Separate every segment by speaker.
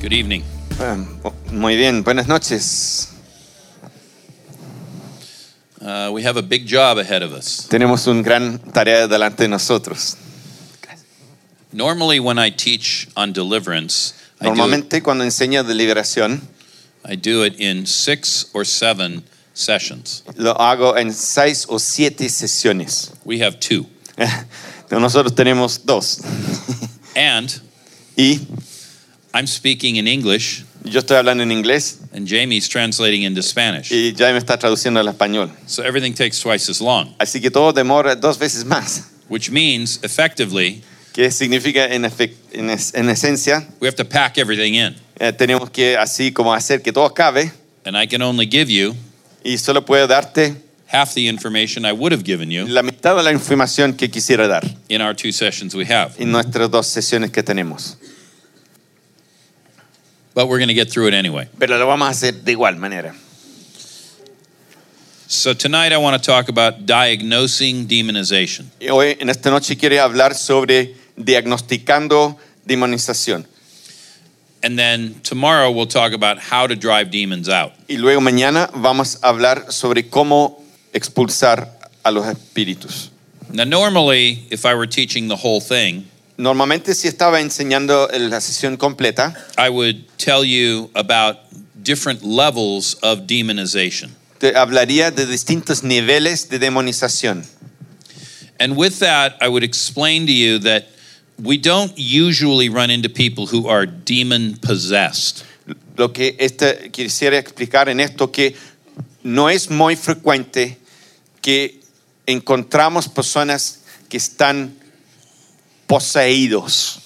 Speaker 1: Good evening.
Speaker 2: Um, Muy bien, buenas noches.
Speaker 1: Uh, we have a big job ahead of us.
Speaker 2: Tenemos una gran tarea delante de nosotros.
Speaker 1: Normally, when I teach on deliverance, I do, it,
Speaker 2: Normalmente cuando enseño de liberación,
Speaker 1: I do it in six or seven sessions.
Speaker 2: lo hago en seis o siete sesiones.
Speaker 1: We have two.
Speaker 2: Nosotros tenemos dos.
Speaker 1: And
Speaker 2: Y
Speaker 1: I'm speaking in English,
Speaker 2: yo estoy hablando en inglés
Speaker 1: and Jamie's translating into Spanish.
Speaker 2: y ya me está traduciendo al español.
Speaker 1: So everything takes twice as long,
Speaker 2: Así que todo demora dos veces más.
Speaker 1: which means effectively
Speaker 2: Que significa en, efec- en es- en esencia,
Speaker 1: we have to pack everything in.
Speaker 2: eh, tenemos que así como hacer que todo acabe
Speaker 1: And I can only give you
Speaker 2: y solo puedo darte
Speaker 1: half the information I would have given you
Speaker 2: la mitad de la información que quisiera dar
Speaker 1: in our two sessions we have.
Speaker 2: en nuestras dos sesiones que tenemos.
Speaker 1: But we're going to get through it anyway.
Speaker 2: pero lo vamos a hacer de igual manera.
Speaker 1: So tonight I want to talk about diagnosing demonization.
Speaker 2: Y Hoy, en esta noche, quiero hablar sobre diagnosticando demonización.
Speaker 1: And then tomorrow we'll talk about how to drive demons out.
Speaker 2: Y luego mañana vamos a hablar sobre cómo expulsar a los espíritus.
Speaker 1: Now, normally, if I were teaching the whole thing,
Speaker 2: Normalmente, si estaba enseñando en la sesión completa,
Speaker 1: I would tell you about different levels of demonization.
Speaker 2: te hablaría de distintos niveles de demonización.
Speaker 1: And with that, I would explain to you that we don't usually run into people who are demon possessed.
Speaker 2: Lo que este, quisiera explicar en esto que no es muy frecuente que encontramos personas que están poseídos.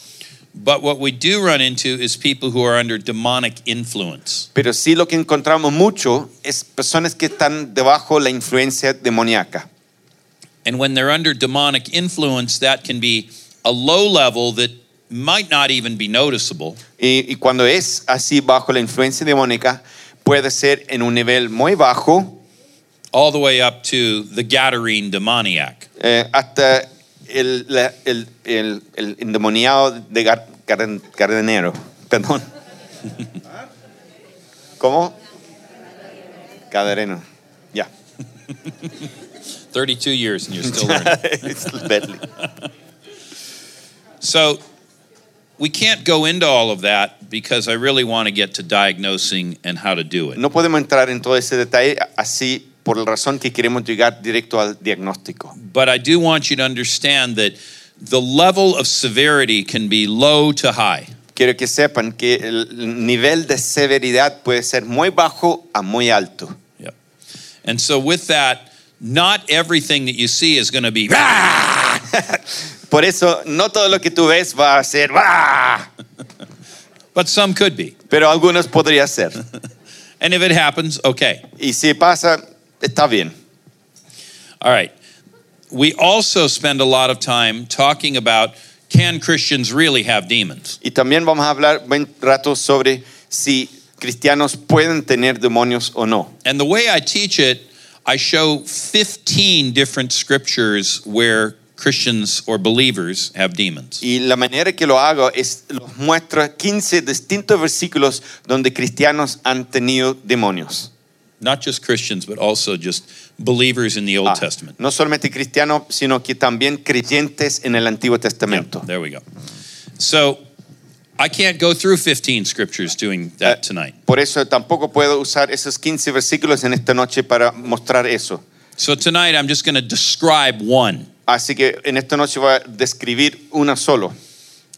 Speaker 1: But what we do run into is people who are under demonic influence.
Speaker 2: Pero sí lo que encontramos mucho es personas que están debajo la influencia demoníaca.
Speaker 1: And when they're under demonic influence, that can be a low level that might not even be noticeable.
Speaker 2: Y, y cuando es así bajo la influencia demoníaca, puede ser en un nivel muy bajo
Speaker 1: all the way up to the Gadarene demoniac.
Speaker 2: eh, hasta el, la- el- el- el endemoniado de gar, Gar- Gardenero. Perdón. ¿Cómo? Cadereno. Ya.
Speaker 1: 32 years and you're still learning.
Speaker 2: It's deadly.
Speaker 1: so we can't go into all of that because I really want to get to diagnosing and how to do it.
Speaker 2: No podemos entrar en todo ese detalle así por la razón que queremos llegar directo al diagnóstico.
Speaker 1: But I do want you to understand that the level of severity can be low to high.
Speaker 2: Quiero que sepan que el nivel de severidad puede ser muy bajo a muy alto.
Speaker 1: And so with that, not everything that you see is going to be "Ah!" "Rah!"
Speaker 2: Por eso no todo lo que tú ves va a ser ¡ah!
Speaker 1: but some could be.
Speaker 2: pero algunos podría ser.
Speaker 1: And if it happens, okay.
Speaker 2: Y si pasa, está bien.
Speaker 1: All right. We also spend a lot of time talking about can Christians really have demons?
Speaker 2: Y también vamos a hablar buen rato sobre si cristianos pueden tener demonios o no.
Speaker 1: And the way I teach it, I show 15 different scriptures where Christians or believers have demons.
Speaker 2: Y la manera que lo hago es los muestro 15 distintos versículos donde cristianos han tenido demonios.
Speaker 1: Not just Christians, but also just believers in the Old
Speaker 2: Ah,
Speaker 1: Testament.
Speaker 2: no solamente cristianos, sino que también creyentes en el Antiguo Testamento.
Speaker 1: There we go. So I can't go through 15 scriptures doing that
Speaker 2: Uh,
Speaker 1: tonight.
Speaker 2: Por eso tampoco puedo usar esos 15 versículos en esta noche para mostrar eso.
Speaker 1: So tonight I'm just going to describe one.
Speaker 2: Así que en esta noche voy a describir una solo.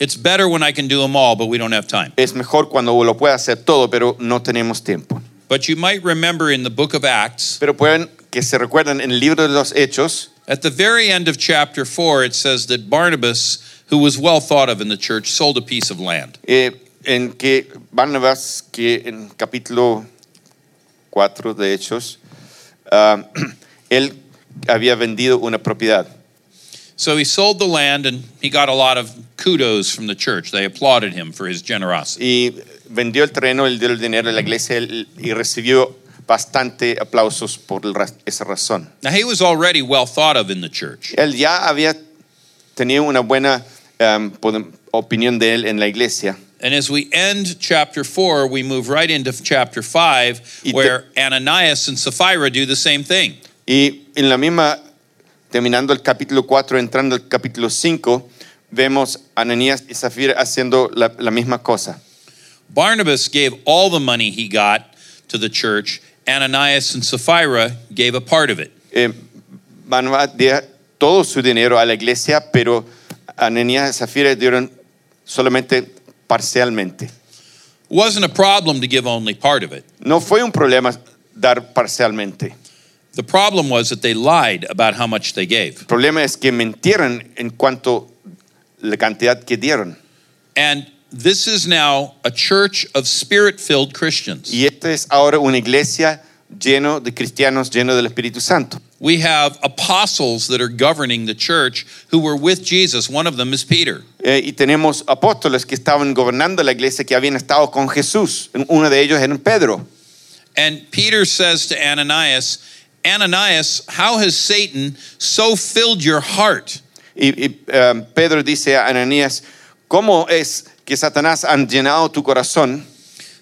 Speaker 1: It's better when I can do them all, but we don't have time.
Speaker 2: Es mejor cuando lo pueda hacer todo, pero no tenemos tiempo.
Speaker 1: But you might remember in the book of Acts,
Speaker 2: Pero pueden que se recuerden en el libro de los Hechos,
Speaker 1: At the very end of chapter 4, it says that Barnabas, who was well thought of in the church, sold a piece of land.
Speaker 2: eh, en que Barnabas, que en capítulo 4 de Hechos, ah, él había vendido una propiedad.
Speaker 1: So he sold the land and he got a lot of kudos from the church. They applauded him for his generosity.
Speaker 2: y vendió el terreno, él dio el dinero a la iglesia él- y recibió bastante aplausos por el ra- esa razón.
Speaker 1: Now, he was already well thought of in the church,
Speaker 2: Él ah, ya había tenido una buena em, pod- opinión de él en la iglesia
Speaker 1: And as we end chapter 4, we move right into chapter 5,
Speaker 2: Y te-
Speaker 1: where Ananias and Sapphira do the same thing.
Speaker 2: Y en la misma, terminando el capítulo 4, entrando al capítulo 5, vemos a Ananías y Zafira haciendo la, la misma cosa.
Speaker 1: Barnabas gave all the money he got to the church, Ananias and Sapphira gave a part of it.
Speaker 2: Eh, Barnabas dio todo su dinero a la iglesia, pero Ananías y Zafira dieron solamente parcialmente.
Speaker 1: It wasn't a problem to give only part of it.
Speaker 2: No fue un problema dar parcialmente.
Speaker 1: The problem was that they lied about how much they gave.
Speaker 2: El problema es que mintieron en cuanto la cantidad que dieron.
Speaker 1: And this is now a church of spirit filled Christians.
Speaker 2: Y esta es ahora una iglesia lleno de cristianos, lleno del Espíritu Santo.
Speaker 1: We have apostles that are governing the church who were with Jesus. One of them is Peter.
Speaker 2: Eh, y tenemos apóstoles que estaban gobernando la iglesia, que habían estado con Jesús. Uno de ellos era Pedro.
Speaker 1: And Peter says to Ananias, Ananias, how has Satan so filled your heart
Speaker 2: Y, y, eh, Pedro dice a Ananías, ¿cómo es que Satanás han llenado tu corazón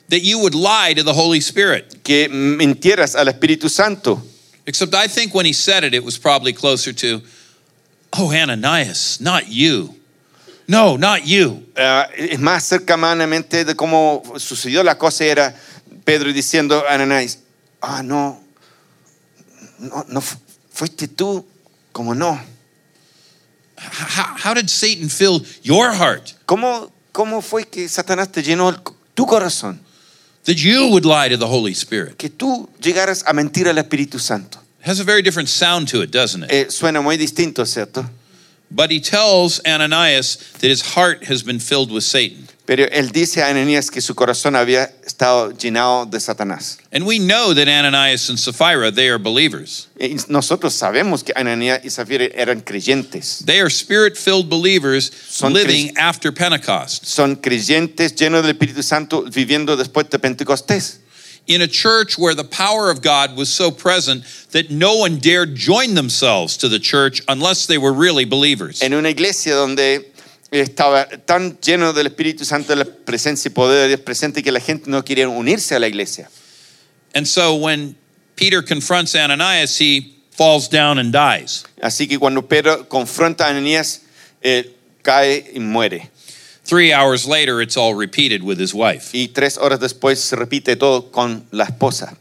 Speaker 1: that you would lie to the Holy Spirit?
Speaker 2: que mintieras al Espíritu Santo?
Speaker 1: Except I think when he said it, it was probably closer to, Oh, Ananias, not you. No, not you.
Speaker 2: Eh, es más cercanamente de cómo sucedió la cosa era Pedro diciendo a Ananías, ah, no, no, no fu- fuiste tú, como no.
Speaker 1: H- How, how did Satan fill your heart
Speaker 2: ¿Cómo, ¿Cómo fue que Satanás te llenó el co- tu corazón?
Speaker 1: that you would lie to the Holy Spirit?
Speaker 2: que tú llegaras a mentir al Espíritu Santo.
Speaker 1: It has a very different sound to it, doesn't it?
Speaker 2: Eh, suena muy distinto, ¿cierto?
Speaker 1: But he tells Ananias that his heart has been filled with Satan.
Speaker 2: Pero él dice a Ananías que su corazón había estado llenado de Satanás.
Speaker 1: And we know that Ananias and Sapphira, they are believers.
Speaker 2: Eh, y nosotros sabemos que Ananías y Zafira eran creyentes.
Speaker 1: They are spirit filled believers
Speaker 2: Son
Speaker 1: living
Speaker 2: Christ-
Speaker 1: after Pentecost
Speaker 2: Son creyentes llenos del Espíritu Santo viviendo después de Pentecostés.
Speaker 1: in a church where the power of God was so present that no one dared join themselves to the church unless they were really believers.
Speaker 2: En una iglesia donde estaba tan lleno del Espíritu Santo, la presencia y poder de Dios presente, que la gente no quería unirse a la iglesia.
Speaker 1: And so when Peter confronts Ananias, he falls down and dies.
Speaker 2: Así que cuando Pedro confronta a Ananías, eh, cae y muere.
Speaker 1: Three hours later, it's all repeated with his wife.
Speaker 2: y tres horas después se repite todo con la esposa.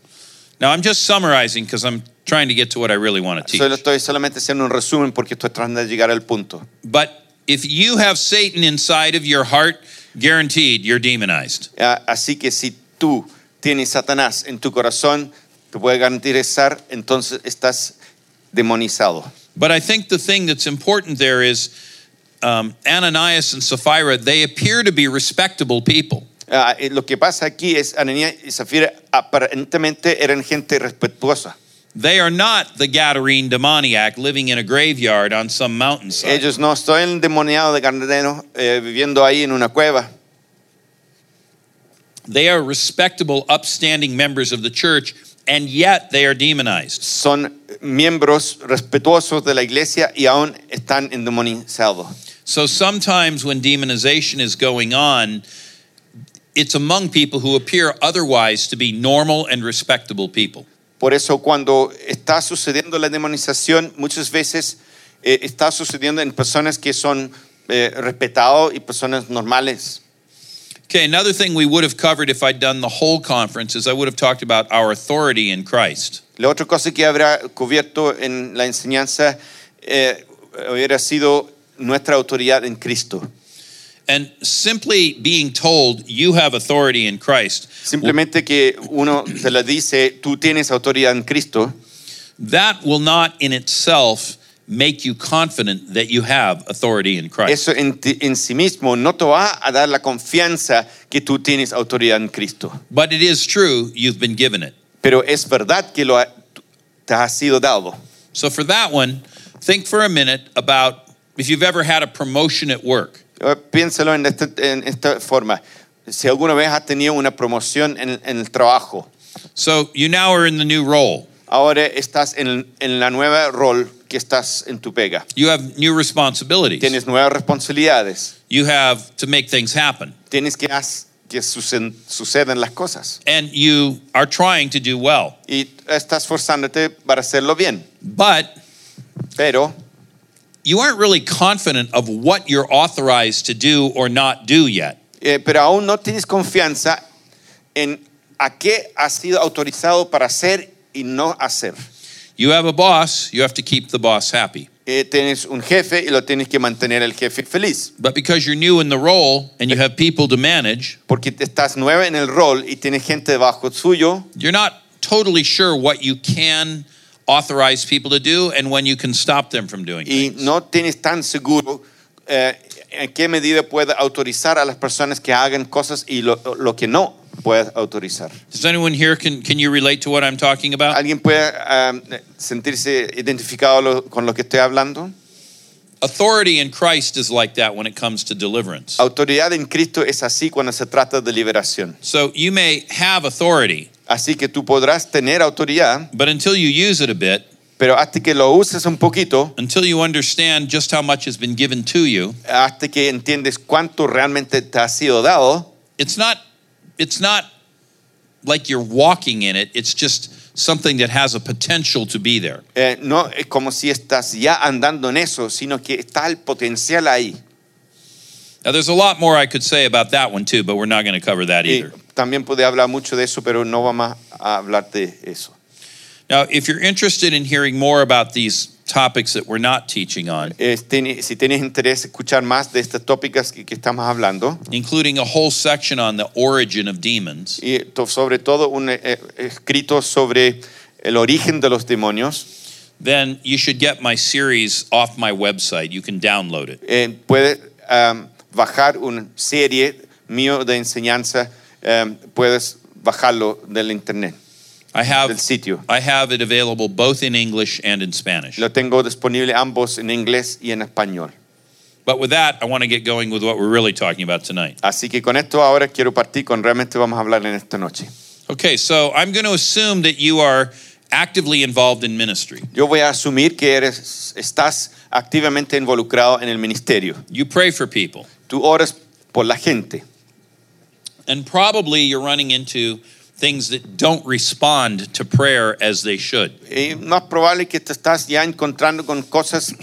Speaker 1: Now, I'm just summarizing because I'm trying to get to what I really want to
Speaker 2: Solo
Speaker 1: teach.
Speaker 2: estoy solamente haciendo un resumen porque estoy tratando de llegar al punto.
Speaker 1: But if you have Satan inside of your heart, guaranteed you're demonized.
Speaker 2: Ah, Así que si tú tienes Satanás en tu corazón, te puede garantizar, entonces estás demonizado.
Speaker 1: But I think the thing that's important there is um, Ananias and Sapphira, they appear to be respectable people.
Speaker 2: Ah, eh, Lo que pasa aquí es Ananías y Zafira aparentemente eran gente respetuosa.
Speaker 1: They are not the Gadarene demoniac living in a graveyard on some mountainside.
Speaker 2: Ellos no están demoniados de ganaderos eh, viviendo ahí en una cueva.
Speaker 1: They are respectable, upstanding members of the church, and yet they are demonized.
Speaker 2: Son miembros respetuosos de la iglesia y aún están endemonizados.
Speaker 1: So sometimes when demonization is going on, it's among people who appear otherwise to be normal and respectable people.
Speaker 2: Por eso cuando está sucediendo la demonización, muchas veces eh, está sucediendo en personas que son eh, respetados y personas normales.
Speaker 1: Okay, another thing we would have covered if I'd done the whole conference is I would have talked about our authority in Christ.
Speaker 2: La otra cosa que habrá cubierto en la enseñanza eh, hubiera sido nuestra autoridad en Cristo.
Speaker 1: And simply being told you have authority in Christ,
Speaker 2: Simplemente que uno te la dice, tú tienes autoridad en Cristo,
Speaker 1: that will not in itself make you confident that you have authority in Christ.
Speaker 2: eso en, ti- en sí mismo no te va a dar la confianza que tú tienes autoridad en Cristo.
Speaker 1: But it is true you've been given it.
Speaker 2: Pero es verdad que lo ha- te ha sido dado.
Speaker 1: So for that one, think for a minute about if you've ever had a promotion at work.
Speaker 2: Eh, Piénsalo en, este- en esta forma. Si alguna vez has tenido una promoción en, en el trabajo,
Speaker 1: So you now are in the new role.
Speaker 2: ahora estás en, en la nueva rol que estás en tu pega.
Speaker 1: You have new responsibilities.
Speaker 2: Tienes nuevas responsabilidades.
Speaker 1: You have to make things happen.
Speaker 2: Tienes que hacer que sucen- sucedan las cosas.
Speaker 1: And you are trying to do well.
Speaker 2: Y estás forzándote para hacerlo bien.
Speaker 1: But
Speaker 2: Pero
Speaker 1: you aren't really confident of what you're authorized to do or not do yet.
Speaker 2: Eh, pero aún no tienes confianza en a qué has sido autorizado para hacer y no hacer.
Speaker 1: You have a boss, you have to keep the boss happy.
Speaker 2: Eh, tienes un jefe y lo tienes que mantener el jefe feliz,
Speaker 1: But because you're new in the role and you have people to manage,
Speaker 2: porque te estás nueva en el rol y tienes gente debajo suyo,
Speaker 1: you're not totally sure what you can authorize people to do and when you can stop them from doing
Speaker 2: y
Speaker 1: things.
Speaker 2: no tienes tan seguro eh, en qué medida puedes autorizar a las personas que hagan cosas y lo, lo que no puedes autorizar.
Speaker 1: Does anyone here can can you relate to what I'm talking about?
Speaker 2: ¿Alguien puede eh, sentirse identificado lo- con lo que estoy hablando?
Speaker 1: Authority in Christ is like that when it comes to
Speaker 2: Oh.
Speaker 1: deliverance.
Speaker 2: Autoridad en Cristo es así cuando se trata de liberación.
Speaker 1: So you may have authority,
Speaker 2: Así que tú podrás tener autoridad,
Speaker 1: but until you use it a bit,
Speaker 2: pero hasta que lo uses un poquito,
Speaker 1: until you understand just how much has been given to you,
Speaker 2: hasta que entiendes cuánto realmente te ha sido dado,
Speaker 1: it's not it's not like you're walking in it. It's just something that has a potential to be there.
Speaker 2: eh, no es como si estás ya andando en eso, sino que está el potencial ahí.
Speaker 1: Now there's a lot more I could say about that one too, but we're not going to cover that
Speaker 2: Y
Speaker 1: either.
Speaker 2: también puede hablar mucho de eso, pero no vamos a hablar de eso.
Speaker 1: Now, if you're interested in hearing more about these topics that we're not teaching on,
Speaker 2: Eh, tiene- si tienes interés en escuchar más de estas tópicas que, que estamos hablando,
Speaker 1: including a whole section on the origin of demons,
Speaker 2: y to- sobre todo un eh, escrito sobre el origen de los demonios,
Speaker 1: then you should get my series off my website. You can download it.
Speaker 2: eh, puedes am, bajar una serie mío de enseñanza, am, puedes bajarlo del internet,
Speaker 1: I
Speaker 2: del
Speaker 1: have
Speaker 2: sitio.
Speaker 1: I have it available both in English and in Spanish.
Speaker 2: Lo tengo disponible ambos en inglés y en español.
Speaker 1: But with that, I want to get going with what we're really talking about tonight.
Speaker 2: Así que con esto ahora quiero partir con realmente vamos a hablar en esta noche.
Speaker 1: Okay, so I'm going to assume that you are actively involved in ministry.
Speaker 2: Yo voy a asumir que eres, estás activamente involucrado en el ministerio.
Speaker 1: You pray for people,
Speaker 2: Tú oras por la gente
Speaker 1: and probably you're running into things that don't respond to prayer as they should.
Speaker 2: y Eh, más probable que te estás ya encontrando con cosas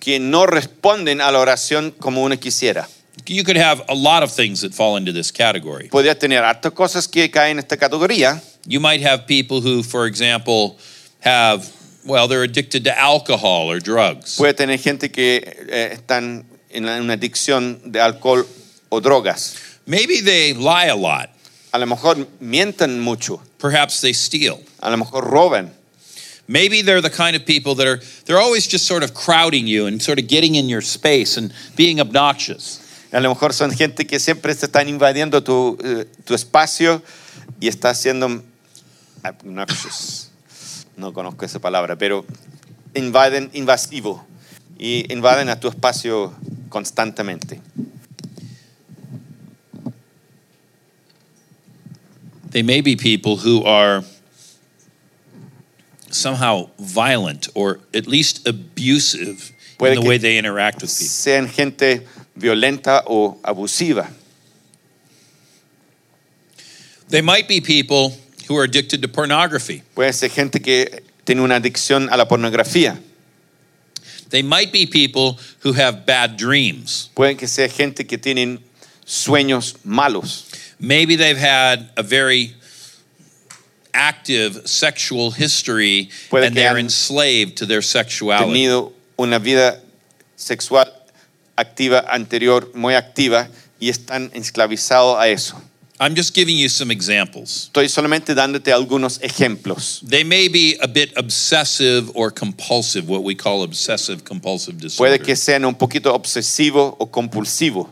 Speaker 2: que no responden a la oración como uno quisiera.
Speaker 1: You could have a lot of things that fall into this category.
Speaker 2: podría tener hartas cosas que caen en esta categoría.
Speaker 1: You might have people who, for example, have, well, they're addicted to alcohol or drugs.
Speaker 2: Puede tener gente que eh, están en la- una adicción de alcohol o drogas.
Speaker 1: Maybe they lie a lot.
Speaker 2: A lo mejor mienten mucho,
Speaker 1: Perhaps they steal.
Speaker 2: a lo mejor roban.
Speaker 1: Maybe they're the kind of people that are, they're always just sort of crowding you and sort of getting in your space and being obnoxious.
Speaker 2: A lo mejor son gente que siempre te están invadiendo tu, eh, tu espacio y está haciendo obnoxious. No conozco esa palabra, pero invaden, invasivo. Y invaden a tu espacio constantemente.
Speaker 1: They may be people who are somehow violent or at least abusive
Speaker 2: Puede
Speaker 1: in the
Speaker 2: que-
Speaker 1: way they interact with people.
Speaker 2: Sean gente violenta o abusiva.
Speaker 1: They might be people who are addicted to pornography.
Speaker 2: Puede ser gente que tiene una adicción a la pornografía.
Speaker 1: They might be people who have bad dreams.
Speaker 2: Pueden que sea gente que tienen sueños malos.
Speaker 1: Maybe they've had a very active sexual history
Speaker 2: Puede
Speaker 1: and
Speaker 2: que
Speaker 1: they're
Speaker 2: han
Speaker 1: enslaved to their sexuality.
Speaker 2: Tenido una vida sexual activa anterior, muy activa, y están esclavizados a eso.
Speaker 1: I'm just giving you some examples.
Speaker 2: Estoy solamente dándote algunos ejemplos.
Speaker 1: They may be a bit obsessive or compulsive, what we call obsessive compulsive disorder.
Speaker 2: Puede que sean un poquito obsesivo o compulsivo.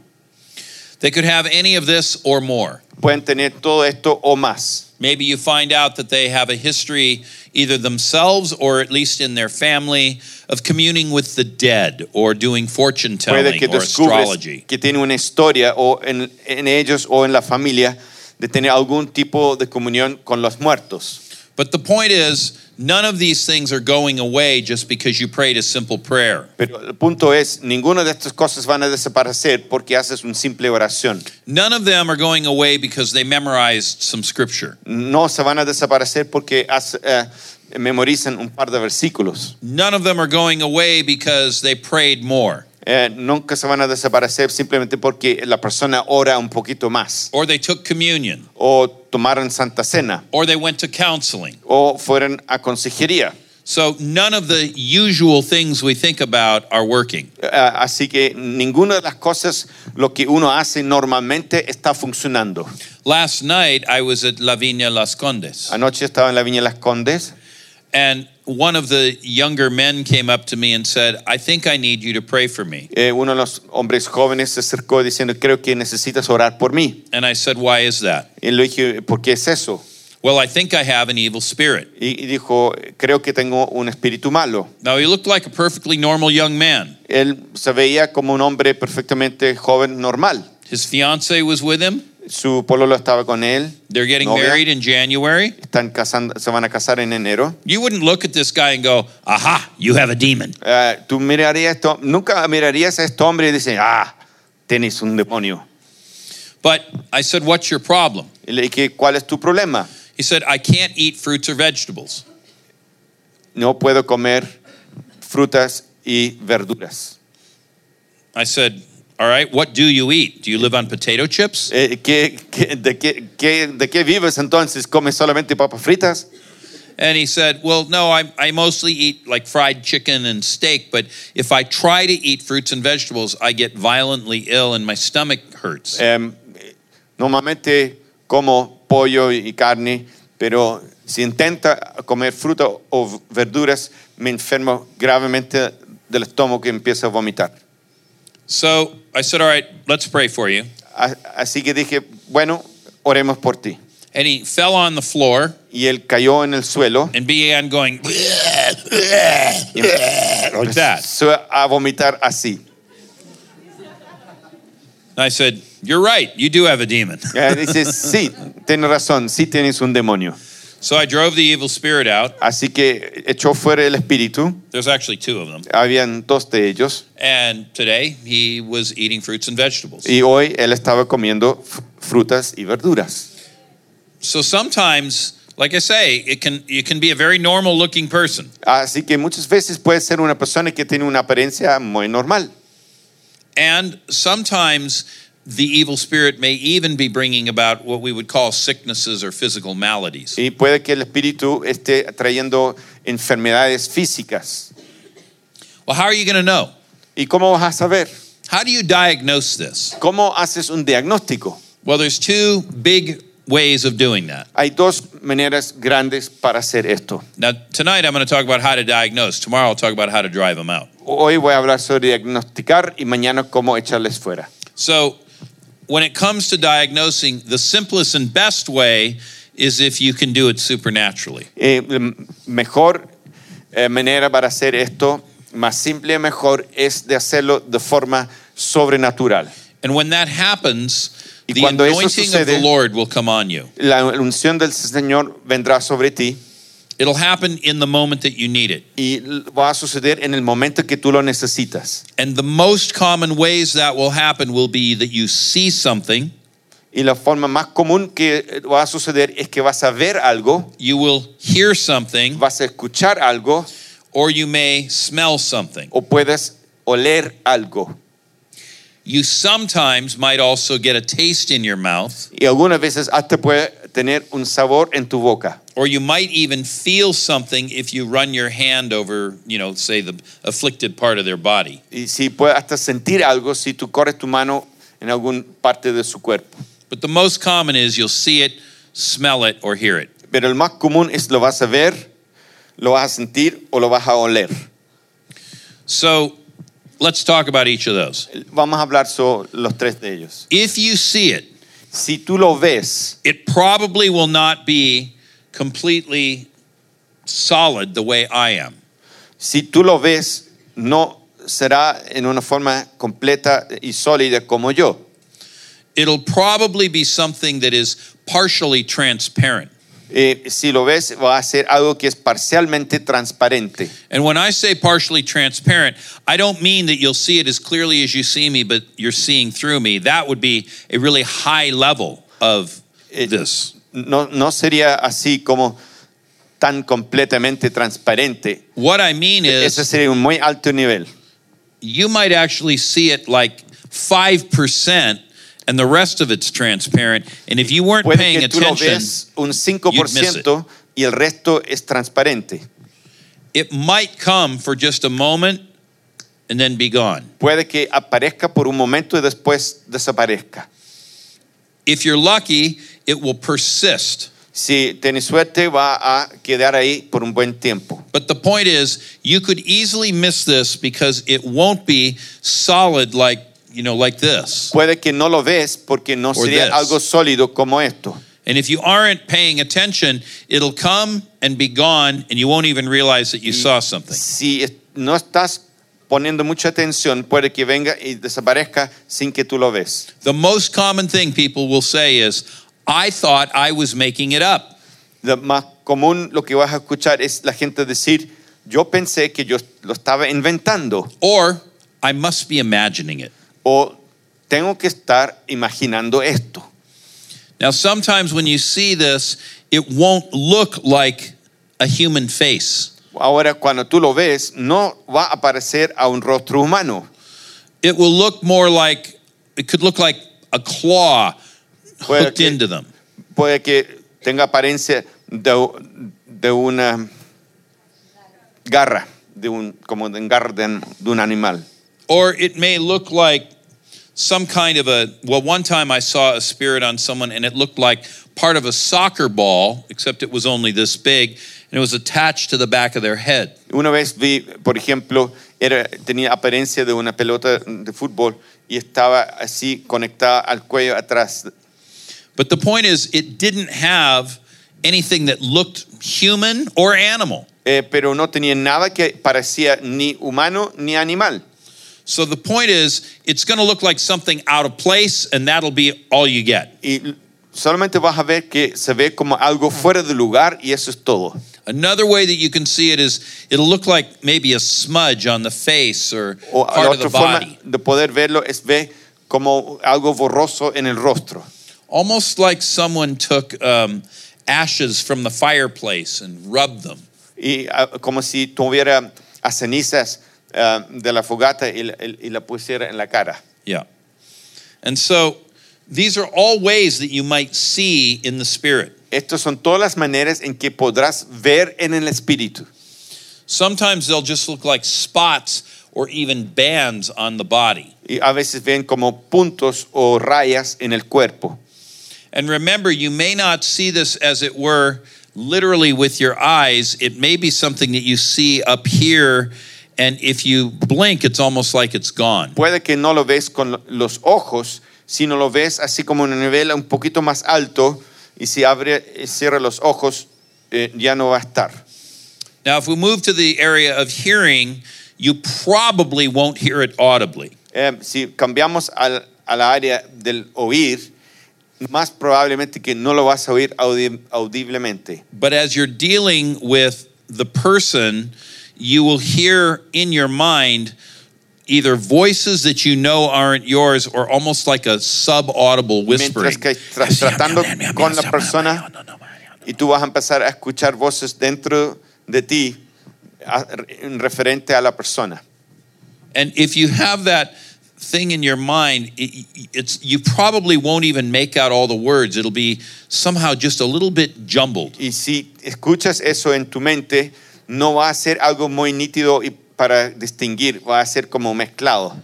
Speaker 1: They could have any of this or more.
Speaker 2: Pueden tener todo esto o más.
Speaker 1: Maybe you find out that they have a history, either themselves or at least in their family, of communing with the dead or doing fortune
Speaker 2: Puede
Speaker 1: telling
Speaker 2: que
Speaker 1: or
Speaker 2: descubres
Speaker 1: astrology.
Speaker 2: que tiene una historia o en, en ellos o en la familia de tener algún tipo de comunión con los muertos.
Speaker 1: But the point is, none of these things are going away just because you prayed a simple prayer.
Speaker 2: Pero el punto es, ninguna de estas cosas van a desaparecer porque haces una simple oración.
Speaker 1: None of them are going away because they memorized some scripture.
Speaker 2: No se van a desaparecer porque has- eh, memorizan un par de versículos.
Speaker 1: None of them are going away because they prayed more
Speaker 2: Eh, nunca se van a desaparecer simplemente porque la persona ora un poquito más.
Speaker 1: or they took communion
Speaker 2: O tomaron Santa Cena.
Speaker 1: or they went to counseling.
Speaker 2: O fueron a consejería.
Speaker 1: So none of the usual things we think about are working.
Speaker 2: Eh, así que ninguna de las cosas, lo que uno hace normalmente, está funcionando.
Speaker 1: Last night I was at La Viña Las Condes
Speaker 2: Anoche estaba en la Viña Las Condes
Speaker 1: and one of the younger men came up to me and said, "I think I need you to pray for me."
Speaker 2: Eh, uno de los hombres jóvenes se acercó diciendo, creo que necesitas orar por mí.
Speaker 1: And I said, "Why is that?"
Speaker 2: Y le dije, ¿por qué es eso?
Speaker 1: Well, I think I have an evil spirit.
Speaker 2: Y y dijo, creo que tengo un espíritu malo.
Speaker 1: Now he looked like a perfectly normal young man.
Speaker 2: Él se veía como un hombre perfectamente joven, normal.
Speaker 1: His fiance was with him.
Speaker 2: Su pololo estaba con él.
Speaker 1: They're getting
Speaker 2: novia.
Speaker 1: married in January.
Speaker 2: Están casando, se van a casar en enero.
Speaker 1: You wouldn't look at this guy and go, "Aha, you have a demon."
Speaker 2: Eh, tú mirarías esto, nunca mirarías a este hombre y dices, ah, tienes un demonio.
Speaker 1: But I said, "What's your problem?"
Speaker 2: Y le dije, ¿cuál es tu problema?
Speaker 1: He said, "I can't eat fruits or vegetables."
Speaker 2: No puedo comer frutas y verduras.
Speaker 1: I said, "All right, what do you eat? Do you live on potato chips?"
Speaker 2: Eh, ¿qué- qué- de, qué, qué- de qué vives entonces? ¿Comes solamente papas fritas?
Speaker 1: And he said, "Well, no, I, I mostly eat like fried chicken and steak, but if I try to eat fruits and vegetables, I get violently ill and my stomach hurts."
Speaker 2: Em, normalmente como pollo y carne, pero si intenta comer fruta o verduras, me enfermo gravemente del estómago y empiezo a vomitar.
Speaker 1: So I said, "All right, let's pray for you."
Speaker 2: A- Así que dije, bueno, oremos por ti.
Speaker 1: And he fell on the floor
Speaker 2: Y él cayó en el suelo
Speaker 1: and began going
Speaker 2: y
Speaker 1: like that.
Speaker 2: empezó a vomitar así.
Speaker 1: And I said, "You're right. You do have a demon."
Speaker 2: Eh, Dice, sí, tienes razón, sí tienes un demonio.
Speaker 1: So I drove the evil spirit out.
Speaker 2: Así que echó fuera el espíritu.
Speaker 1: There's actually two of them.
Speaker 2: Habían dos de ellos.
Speaker 1: And today he was eating fruits and vegetables.
Speaker 2: Y hoy él estaba comiendo f- frutas y verduras.
Speaker 1: So sometimes, like I say, it can you can be a very normal looking person
Speaker 2: Así que muchas veces puede ser una persona que tiene una apariencia muy normal.
Speaker 1: and sometimes the evil spirit may even be bringing about what we would call sicknesses or physical maladies.
Speaker 2: Y puede que el espíritu esté trayendo enfermedades físicas.
Speaker 1: Well, how are you going to know?
Speaker 2: ¿Y cómo vas a saber?
Speaker 1: How do you diagnose this?
Speaker 2: ¿Cómo haces un diagnóstico?
Speaker 1: Well, there's two big ways of doing that.
Speaker 2: Hay dos maneras grandes para hacer esto.
Speaker 1: Now, tonight I'm going to talk about how to diagnose. Tomorrow I'll talk about how to drive them out.
Speaker 2: Hoy voy a hablar sobre diagnosticar y mañana cómo echarles fuera.
Speaker 1: So, when it comes to diagnosing, the simplest and best way is if you can do it supernaturally.
Speaker 2: Eh, la mejor eh, manera para hacer esto, más simple y mejor, es de hacerlo de forma sobrenatural.
Speaker 1: And when that happens,
Speaker 2: Y
Speaker 1: the
Speaker 2: cuando eso
Speaker 1: anointing of the
Speaker 2: sucede-
Speaker 1: Lord will come on you.
Speaker 2: La unción del Señor vendrá sobre ti
Speaker 1: It'll happen in the moment that you need it.
Speaker 2: y l- va a suceder en el momento que tú lo necesitas.
Speaker 1: And the most common ways that will happen will be that you see something,
Speaker 2: Y la forma más común que eh, va a suceder es que vas a ver algo,
Speaker 1: you will hear something,
Speaker 2: vas a escuchar algo
Speaker 1: or you may smell something.
Speaker 2: o puedes oler algo.
Speaker 1: You sometimes might also get a taste in your mouth,
Speaker 2: Y algunas veces hasta puede tener un sabor en tu boca.
Speaker 1: or you might even feel something if you run your hand over, you know, say the afflicted part of their body.
Speaker 2: Y si puedes hasta sentir algo si tú corres tu mano en alguna parte de su cuerpo.
Speaker 1: But the most common is you'll see it, smell it, or hear it.
Speaker 2: Pero el más común es lo vas a ver, lo vas a sentir o lo vas a oler.
Speaker 1: So let's talk about each of those.
Speaker 2: Vamos a hablar sobre los tres de ellos.
Speaker 1: If you see it,
Speaker 2: Si tú lo ves,
Speaker 1: it probably will not be completely solid the way I am.
Speaker 2: si tú lo ves, no será en una forma completa y sólida como yo.
Speaker 1: It'll probably be something that is partially transparent.
Speaker 2: eh, si lo ves, va a ser algo que es parcialmente transparente.
Speaker 1: And when I say partially transparent, I don't mean that you'll see it as clearly as you see me, but you're seeing through me. That would be a really high level of
Speaker 2: Eh,
Speaker 1: this.
Speaker 2: No, no sería así como tan completamente transparente.
Speaker 1: What I mean
Speaker 2: Ese
Speaker 1: is,
Speaker 2: sería un muy alto nivel.
Speaker 1: you might actually see it like 5%, and the rest of it's transparent. And if you weren't
Speaker 2: Puede
Speaker 1: paying
Speaker 2: que tú lo
Speaker 1: attention,
Speaker 2: ves un 5% y el resto es transparente.
Speaker 1: it might come for just a moment and then be gone.
Speaker 2: Puede que aparezca por un momento y después desaparezca.
Speaker 1: If you're lucky, it will persist.
Speaker 2: Si tienes suerte, va a quedar ahí por un buen tiempo.
Speaker 1: But the point is, you could easily miss this because it won't be solid like, you know, like this.
Speaker 2: Puede que no lo ves porque no sería
Speaker 1: this.
Speaker 2: algo sólido como esto.
Speaker 1: And if you aren't paying attention, it'll come and be gone and you won't even realize that you saw something.
Speaker 2: Si es- no estás poniendo mucha atención, puede que venga y desaparezca sin que tú lo ves.
Speaker 1: The most common thing people will say is, I thought I was making it up.
Speaker 2: Lo más común lo que vas a escuchar es la gente decir, yo pensé que yo lo estaba inventando
Speaker 1: Or, I must be imagining it.
Speaker 2: o tengo que estar imaginando esto.
Speaker 1: Now, sometimes when you see this, it won't look like a human face.
Speaker 2: Ahora cuando tú lo ves, no va a aparecer a un rostro humano.
Speaker 1: It will look more like, it could look like a claw
Speaker 2: Puede
Speaker 1: hooked
Speaker 2: que-
Speaker 1: into them.
Speaker 2: Puede que tenga apariencia de, de una garra, de un, como de un garra de un- de un animal.
Speaker 1: Or it may look like some kind of a, well, one time I saw a spirit on someone and it looked like part of a soccer ball, except it was only this big, and it was attached to the back of their head.
Speaker 2: Una vez vi, por ejemplo, era, tenía apariencia de una pelota de fútbol y estaba así conectada al cuello atrás.
Speaker 1: But the point is, it didn't have anything that looked human or animal.
Speaker 2: Eh, pero no tenía nada que parecía ni humano ni animal.
Speaker 1: So the point is, it's going to look like something out of place, and that'll be all you get.
Speaker 2: Y l- solamente vas a ver que se ve como algo fuera de lugar y eso es todo.
Speaker 1: Another way that you can see it is it'll look like maybe a smudge on the face or
Speaker 2: O la
Speaker 1: part of the
Speaker 2: otra forma
Speaker 1: body,
Speaker 2: de poder verlo es ver como algo borroso en el rostro.
Speaker 1: almost like someone took um, ashes from the fireplace and rubbed them.
Speaker 2: Y ah, como si tuviera a cenizas ah, de la fogata y la- y la pusiera en la cara.
Speaker 1: Yeah. And so these are all ways that you might see in the spirit.
Speaker 2: Estas son todas las maneras en que podrás ver en el espíritu.
Speaker 1: Sometimes they'll just look like spots or even bands on the body.
Speaker 2: Y a veces ven como puntos o rayas en el cuerpo.
Speaker 1: And remember, you may not see this as it were literally with your eyes. It may be something that you see up here, and if you blink, it's almost like it's gone.
Speaker 2: Puede que no lo ves con lo- los ojos, sino lo ves así como en un nivel un poquito más alto y si abre y cierra los ojos eh, ya no va a estar.
Speaker 1: Now, if we move to the area of hearing, you probably won't hear it audibly.
Speaker 2: Eh, si cambiamos al, a la área del oír, más probablemente que no lo vas a oír audi- audiblemente.
Speaker 1: But as you're dealing with the person, you will hear in your mind either voices that you know aren't yours or almost like a sub-audible whispering.
Speaker 2: Mientras que estás tratando con la persona y tú vas a empezar a escuchar voces dentro de ti a- en referente a la persona.
Speaker 1: And if you have that thing in your mind, it, it's you probably won't even make out all the words. It'll be somehow just a little bit jumbled.
Speaker 2: Y si escuchas eso en tu mente, no va a ser algo muy nítido y para distinguir, va a ser como mezclado.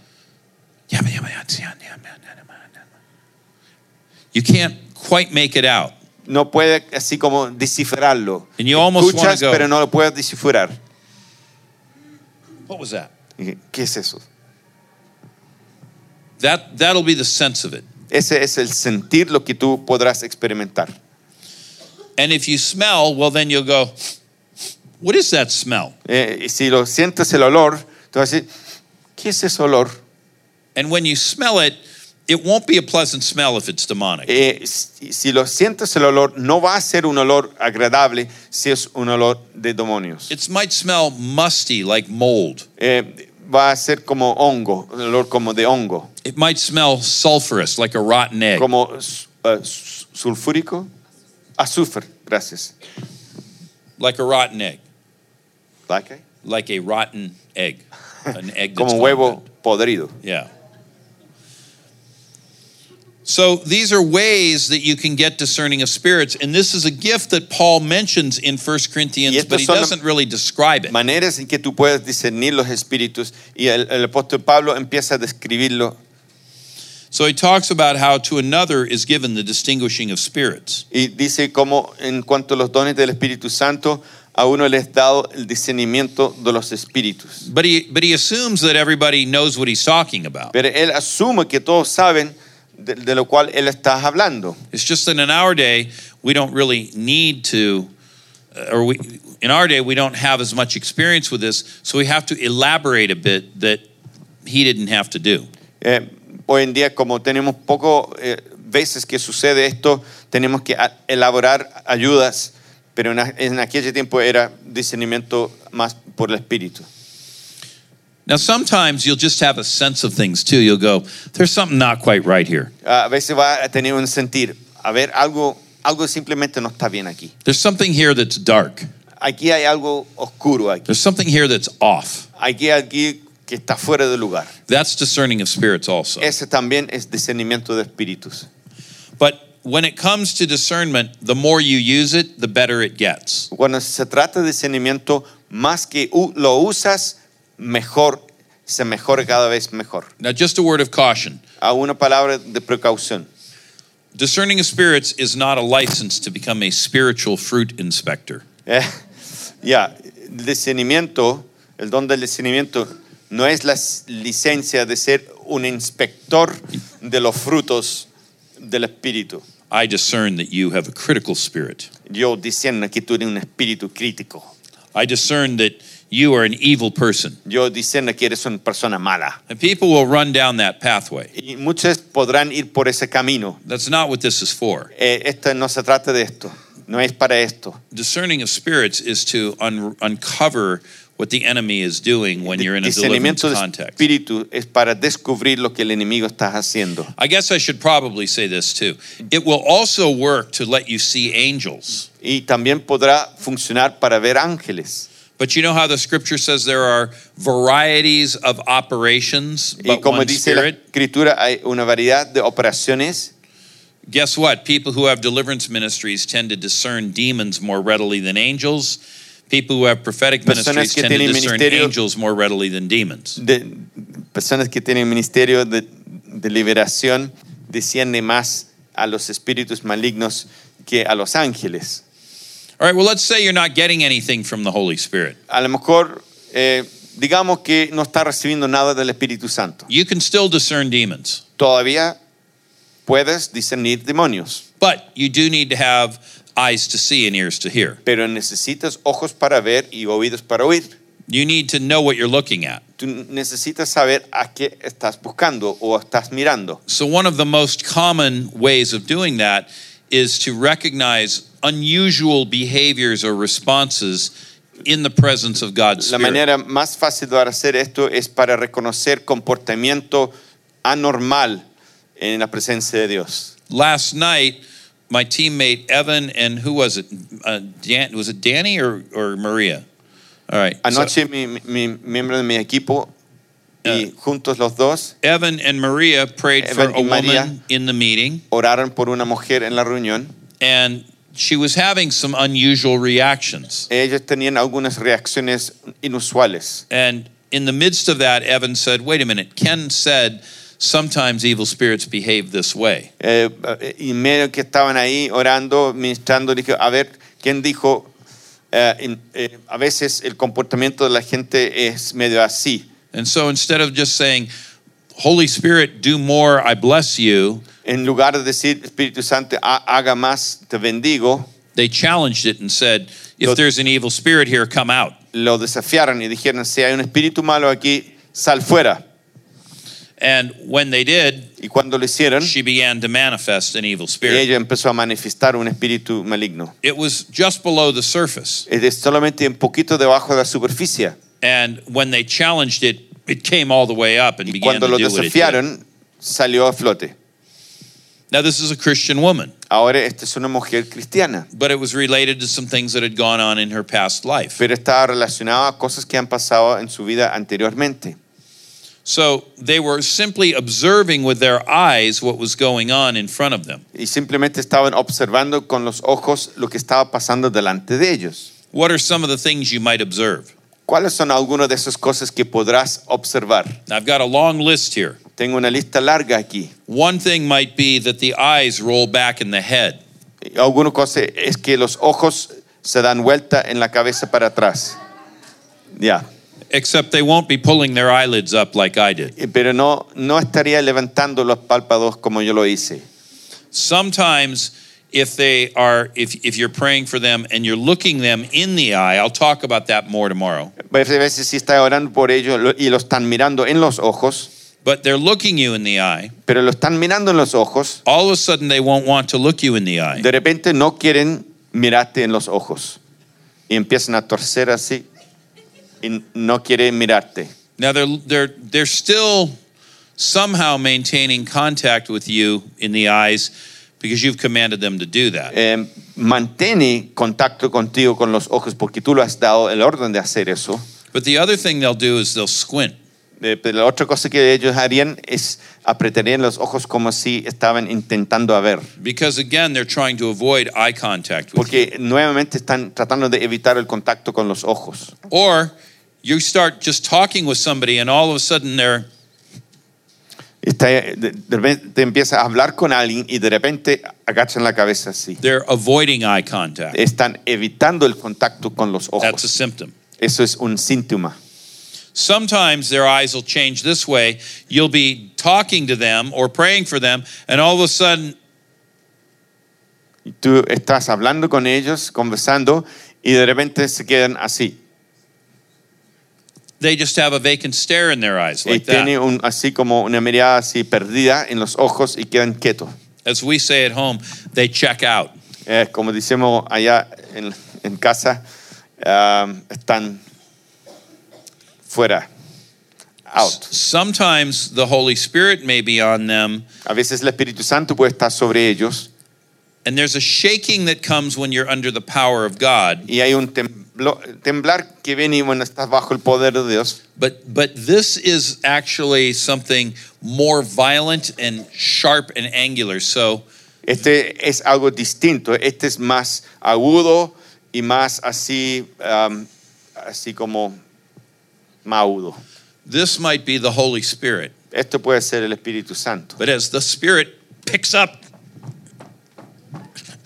Speaker 1: You can't quite make it out.
Speaker 2: No puedes así como descifrarlo.
Speaker 1: And you almost
Speaker 2: Escuchas,
Speaker 1: wanna go-
Speaker 2: pero no lo puedes descifrar.
Speaker 1: What was that?
Speaker 2: Y, ¿Qué es eso?
Speaker 1: That that'll be the sense of it.
Speaker 2: Ese es el sentir lo que tú podrás experimentar.
Speaker 1: And if you smell, well, then you'll go. What is that smell?
Speaker 2: Eh, y si lo sientes el olor, tú vas a decir, ¿qué es ese olor?
Speaker 1: And when you smell it, It won't be a pleasant smell if it's demonic.
Speaker 2: Eh, si si lo sientes el olor, no va a ser un olor agradable si es un olor de demonios.
Speaker 1: It might smell musty like mold.
Speaker 2: Eh, va a ser como hongo, un olor como de hongo,
Speaker 1: It might smell sulfurous like a rotten egg.
Speaker 2: como eh, sulfúrico, azufre, gracias.
Speaker 1: Like a rotten egg.
Speaker 2: Like it?
Speaker 1: Like a rotten egg. An egg that's
Speaker 2: Como
Speaker 1: not
Speaker 2: huevo
Speaker 1: good.
Speaker 2: podrido.
Speaker 1: Yeah. So these are ways that you can get discerning of spirits, and this is a gift that Paul mentions in 1
Speaker 2: Y
Speaker 1: Corinthians,
Speaker 2: estos
Speaker 1: but he
Speaker 2: son-
Speaker 1: doesn't really describe it.
Speaker 2: Maneras en que tú puedes discernir los espíritus y el, el apóstol Pablo empieza a describirlo
Speaker 1: So he talks about how to another is given the distinguishing of spirits.
Speaker 2: y dice cómo en cuanto a los dones del Espíritu Santo, a uno le es dado el discernimiento de los espíritus.
Speaker 1: But he but he assumes that everybody knows what he's talking about.
Speaker 2: Pero él asume que todos saben de, de lo cual él está hablando.
Speaker 1: It's just that in our day we don't really need to, uh, or we in our day we don't have as much experience with this, so we have to elaborate a bit that he didn't have to do.
Speaker 2: Eh, hoy en día, como tenemos poco eh, veces que sucede esto, tenemos que a- elaborar ayudas, pero en, a- en aquel tiempo era discernimiento más por el espíritu.
Speaker 1: Now, sometimes you'll just have a sense of things too. You'll go, there's something not quite right here.
Speaker 2: A veces va a tener un sentir, a ver, algo, algo simplemente no está bien aquí.
Speaker 1: There's something here that's dark.
Speaker 2: Aquí hay algo oscuro, aquí,
Speaker 1: There's something here that's off.
Speaker 2: aquí, hay aquí que está fuera de lugar.
Speaker 1: That's discerning of spirits also.
Speaker 2: Ese también es discernimiento de espíritus.
Speaker 1: But when it comes to discernment, the more you use it, the better it gets.
Speaker 2: Cuando se trata de discernimiento, más que u- lo usas, mejor, se mejora cada vez mejor.
Speaker 1: Now, just a word of caution
Speaker 2: A una palabra de precaución.
Speaker 1: discerning of spirits is not a license to become a spiritual fruit inspector.
Speaker 2: Eh, ya, el discernimiento, el don del discernimiento, no es la s- licencia de ser un inspector de los frutos del espíritu.
Speaker 1: I discern that you have a critical spirit.
Speaker 2: Yo diciendo que tú eres un espíritu crítico.
Speaker 1: I discern that you are an evil person.
Speaker 2: Yo diciendo que eres una persona mala.
Speaker 1: And people will run down that pathway.
Speaker 2: Y muchos podrán ir por ese camino.
Speaker 1: That's not what this is for.
Speaker 2: Eh, esto no se trata de esto. No es para esto.
Speaker 1: discerning of spirits is to un- uncover what the enemy is doing when you're in a deliverance
Speaker 2: discernimiento de
Speaker 1: context.
Speaker 2: espíritu es para descubrir lo que el enemigo está haciendo.
Speaker 1: I guess I should probably say this too. It will also work to let you see angels.
Speaker 2: Y también podrá funcionar para ver ángeles.
Speaker 1: But you know how the scripture says there are varieties of operations,
Speaker 2: Y
Speaker 1: but
Speaker 2: como
Speaker 1: one
Speaker 2: dice la
Speaker 1: spirit.
Speaker 2: escritura, hay una variedad de operaciones.
Speaker 1: Guess what? People who have deliverance ministries tend to discern demons more readily than angels. People who have prophetic
Speaker 2: Personas
Speaker 1: ministries
Speaker 2: que
Speaker 1: tend to
Speaker 2: tienen
Speaker 1: discern
Speaker 2: ministerio-
Speaker 1: angels more readily than demons.
Speaker 2: De personas que tienen ministerio de, de liberación desciende más a los espíritus malignos que a los ángeles.
Speaker 1: All right, well, let's say you're not getting anything from the Holy Spirit.
Speaker 2: A lo mejor, eh, digamos que no está recibiendo nada del Espíritu Santo.
Speaker 1: You can still discern demons,
Speaker 2: Todavía puedes discernir demonios.
Speaker 1: but you do need to have eyes to see and ears to hear.
Speaker 2: pero necesitas ojos para ver y oídos para oír.
Speaker 1: You need to know what you're looking at.
Speaker 2: Tú necesitas saber a qué estás buscando o estás mirando.
Speaker 1: So, one of the most common ways of doing that is to recognize unusual behaviors or responses in the presence of God's
Speaker 2: La
Speaker 1: Spirit.
Speaker 2: manera más fácil de hacer esto es para reconocer comportamiento anormal en la presencia de Dios.
Speaker 1: Last night, my teammate Evan and who was it? Uh, Dan, was it Danny or, or Maria? All right. so
Speaker 2: Anoche mi, mi- miembro de mi equipo y juntos los dos
Speaker 1: Evan and Maria prayed
Speaker 2: Evan
Speaker 1: for a
Speaker 2: y Maria.
Speaker 1: woman in the meeting.
Speaker 2: oraron por una mujer en la reunión.
Speaker 1: and she was having some unusual reactions.
Speaker 2: Ellos tenían algunas reacciones inusuales.
Speaker 1: And in the midst of that, Evan said, Wait a minute, Ken said sometimes evil spirits behave this way.
Speaker 2: Eh, y medio que estaban ahí orando, ministrando, dije, a ver, ¿quién dijo? eh, en- eh, a veces el comportamiento de la gente es medio así.
Speaker 1: And so instead of just saying, Holy Spirit, do more, I bless you,
Speaker 2: En lugar de decir, Espíritu Santo, ha- haga más, te bendigo,
Speaker 1: they challenged it and said, If
Speaker 2: So-
Speaker 1: there's an evil spirit here, come out.
Speaker 2: lo desafiaron y dijeron, si hay un espíritu malo aquí, sal fuera.
Speaker 1: And when they did,
Speaker 2: Y cuando lo hicieron,
Speaker 1: she began to manifest an evil spirit.
Speaker 2: ella empezó a manifestar un espíritu maligno.
Speaker 1: It was just below the surface.
Speaker 2: Es de- solamente un poquito debajo de la superficie.
Speaker 1: And when they challenged it, it came all the way up and
Speaker 2: Y
Speaker 1: began
Speaker 2: cuando
Speaker 1: to
Speaker 2: lo
Speaker 1: do what it did.
Speaker 2: desafiaron, salió a flote.
Speaker 1: Now, this is a Christian woman,
Speaker 2: Ahora esta es una mujer cristiana,
Speaker 1: but it was related to some things that had gone on in her past life.
Speaker 2: pero estaba relacionada a cosas que han pasado en su vida anteriormente.
Speaker 1: So they were simply observing with their eyes what was going on in front of them.
Speaker 2: Y simplemente estaban observando con los ojos lo que estaba pasando delante de ellos.
Speaker 1: What are some of the things you might observe?
Speaker 2: ¿Cuáles son algunas de esas cosas que podrás observar?
Speaker 1: Now, I've got a long list here.
Speaker 2: Tengo una lista larga aquí.
Speaker 1: One thing might be that the eyes roll back in the head.
Speaker 2: Alguna cosa es que los ojos se dan vuelta en la cabeza para atrás. Ya.
Speaker 1: except they won't be pulling their eyelids up like I did.
Speaker 2: Eh, Pero no, no estaría levantando los párpados como yo lo hice.
Speaker 1: Sometimes if they are if if you're praying for them and you're looking them in the eye, I'll talk about that more tomorrow.
Speaker 2: A veces si está orando por ellos lo- y lo están mirando en los ojos,
Speaker 1: But they're looking you in the eye.
Speaker 2: pero lo están mirando en los ojos,
Speaker 1: All of a sudden they won't want to look you in the eye.
Speaker 2: de repente no quieren mirarte en los ojos. Y empiezan a torcer así y no quieren mirarte.
Speaker 1: Now they're they're they're still somehow maintaining contact with you in the eyes because you've commanded them to do that.
Speaker 2: eh, mantiene contacto contigo con los ojos porque tú lo has dado el orden de hacer eso.
Speaker 1: But the other thing they'll do is they'll squint.
Speaker 2: Eh, pero la otra cosa que ellos harían es apretarían los ojos como si estaban intentando a ver,
Speaker 1: Because again, they're trying to avoid eye contact with you.
Speaker 2: porque nuevamente están tratando de evitar el contacto con los ojos.
Speaker 1: Or you start just talking with somebody and all of a sudden they're
Speaker 2: Está- de, de repente te empiezas a hablar con alguien y de repente agachan la cabeza así.
Speaker 1: they're avoiding eye contact.
Speaker 2: Están evitando el contacto con los
Speaker 1: That's a
Speaker 2: ojos.
Speaker 1: symptom.
Speaker 2: Eso es un síntoma.
Speaker 1: Sometimes their eyes will change this way. You'll be talking to them or praying for them and all of a sudden
Speaker 2: Y Tú estás hablando con ellos, conversando, y de repente se quedan así.
Speaker 1: they just have a vacant stare in their eyes
Speaker 2: Y
Speaker 1: like that.
Speaker 2: tiene un, así como una mirada así perdida en los ojos y quedan quietos.
Speaker 1: As we say at home, they check out.
Speaker 2: Eh, como decimos allá en, en casa, ah, están fuera, out.
Speaker 1: Sometimes the Holy Spirit may be on them
Speaker 2: A veces el Espíritu Santo puede estar sobre ellos
Speaker 1: and there's a shaking that comes when you're under the power of God.
Speaker 2: y hay un temblo- temblar que viene cuando estás bajo el poder de Dios.
Speaker 1: But but this is actually something more violent and sharp and angular. So
Speaker 2: Este es algo distinto, este es más agudo y más así, ah, así como más agudo.
Speaker 1: this might be the Holy Spirit.
Speaker 2: Esto puede ser el Espíritu Santo.
Speaker 1: But as the Spirit picks up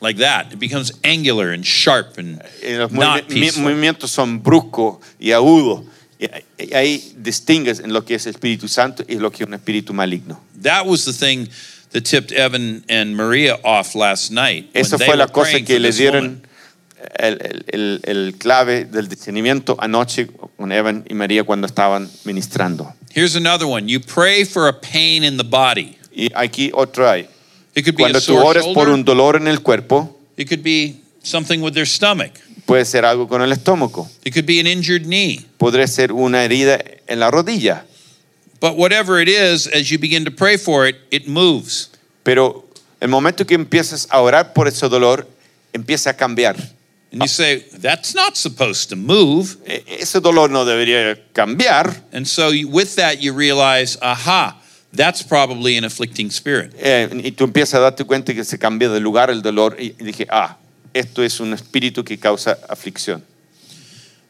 Speaker 1: like that, it becomes angular and sharp and
Speaker 2: Eh, Los
Speaker 1: not
Speaker 2: movimi- mi-
Speaker 1: peaceful.
Speaker 2: movimientos son bruscos y agudos. Y ahí- y ahí distingues en lo que es Espíritu Santo y lo que es un espíritu maligno.
Speaker 1: That was the thing that tipped Evan and Maria off last night. when
Speaker 2: Esa
Speaker 1: they
Speaker 2: fue la
Speaker 1: were
Speaker 2: cosa
Speaker 1: praying
Speaker 2: que
Speaker 1: for
Speaker 2: le
Speaker 1: this
Speaker 2: dieron
Speaker 1: woman.
Speaker 2: el, el- el- el clave del discernimiento anoche con Evan y María cuando estaban ministrando.
Speaker 1: Here's another one. You pray for a pain in the body.
Speaker 2: Y aquí otro hay.
Speaker 1: It could be
Speaker 2: Cuando
Speaker 1: a
Speaker 2: tú
Speaker 1: sore
Speaker 2: oras
Speaker 1: shoulder.
Speaker 2: por un dolor en el cuerpo,
Speaker 1: It could be something with their stomach.
Speaker 2: puede ser algo con el estómago,
Speaker 1: It could be an injured knee.
Speaker 2: podría ser una herida en la rodilla,
Speaker 1: But whatever it is, as you begin to pray for it, it moves.
Speaker 2: pero el momento que empiezas a orar por ese dolor, empieza a cambiar.
Speaker 1: And you say, that's not supposed to move.
Speaker 2: E- ese dolor no debería cambiar.
Speaker 1: And so you, with that, you realize, aha, that's probably an afflicting spirit.
Speaker 2: eh, y tú empiezas a darte cuenta que se cambia de lugar el dolor. Y dije, ah, esto es un espíritu que causa aflicción.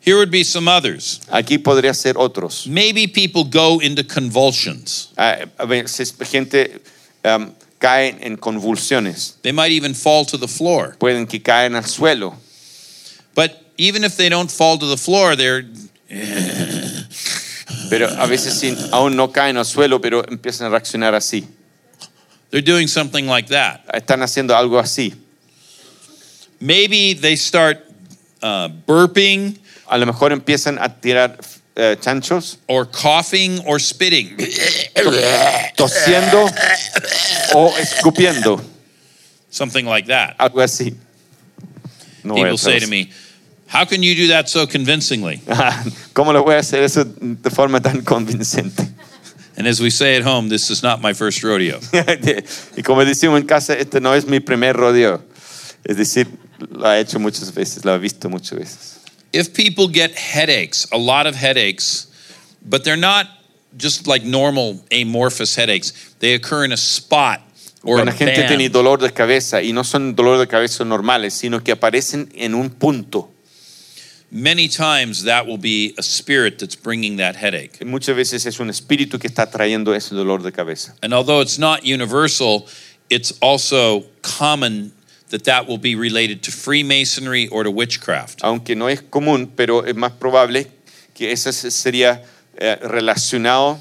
Speaker 1: Here would be some others.
Speaker 2: Aquí podría ser otros.
Speaker 1: Maybe people go into convulsions.
Speaker 2: Ah, A veces gente em, cae en convulsiones,
Speaker 1: They might even fall to the floor.
Speaker 2: pueden que caen al suelo.
Speaker 1: But even if they don't fall to the floor, they're,
Speaker 2: Pero a veces sí, aún no caen al suelo, pero empiezan a reaccionar así.
Speaker 1: they're doing something like that.
Speaker 2: Están haciendo algo así.
Speaker 1: Maybe they start uh, burping
Speaker 2: A lo mejor empiezan a tirar eh, chanchos,
Speaker 1: or coughing or spitting.
Speaker 2: tosiendo o escupiendo,
Speaker 1: Something like that.
Speaker 2: algo así. No voy a
Speaker 1: People say to
Speaker 2: traducir.
Speaker 1: me, How can you do that so convincingly?
Speaker 2: ¿Cómo lo voy a hacer eso de forma tan convincente?
Speaker 1: And as we say at home, this is not my first rodeo.
Speaker 2: y como decimos en casa, este no es mi primer rodeo. Es decir, lo ha hecho muchas veces, lo ha visto muchas veces.
Speaker 1: If people get headaches, a lot of headaches, but they're not just like normal amorphous headaches, they occur in a spot or a
Speaker 2: Cuando la gente tiene
Speaker 1: band.
Speaker 2: dolor de cabeza y no son dolor de cabeza normales, sino que aparecen en un punto.
Speaker 1: Many times that will be a spirit that's bringing that headache.
Speaker 2: que Muchas veces es un espíritu que está trayendo ese dolor de cabeza.
Speaker 1: And although it's not universal, it's also common that that will be related to Freemasonry or to witchcraft.
Speaker 2: Aunque no es común, pero es más probable que eso se- sería eh, relacionado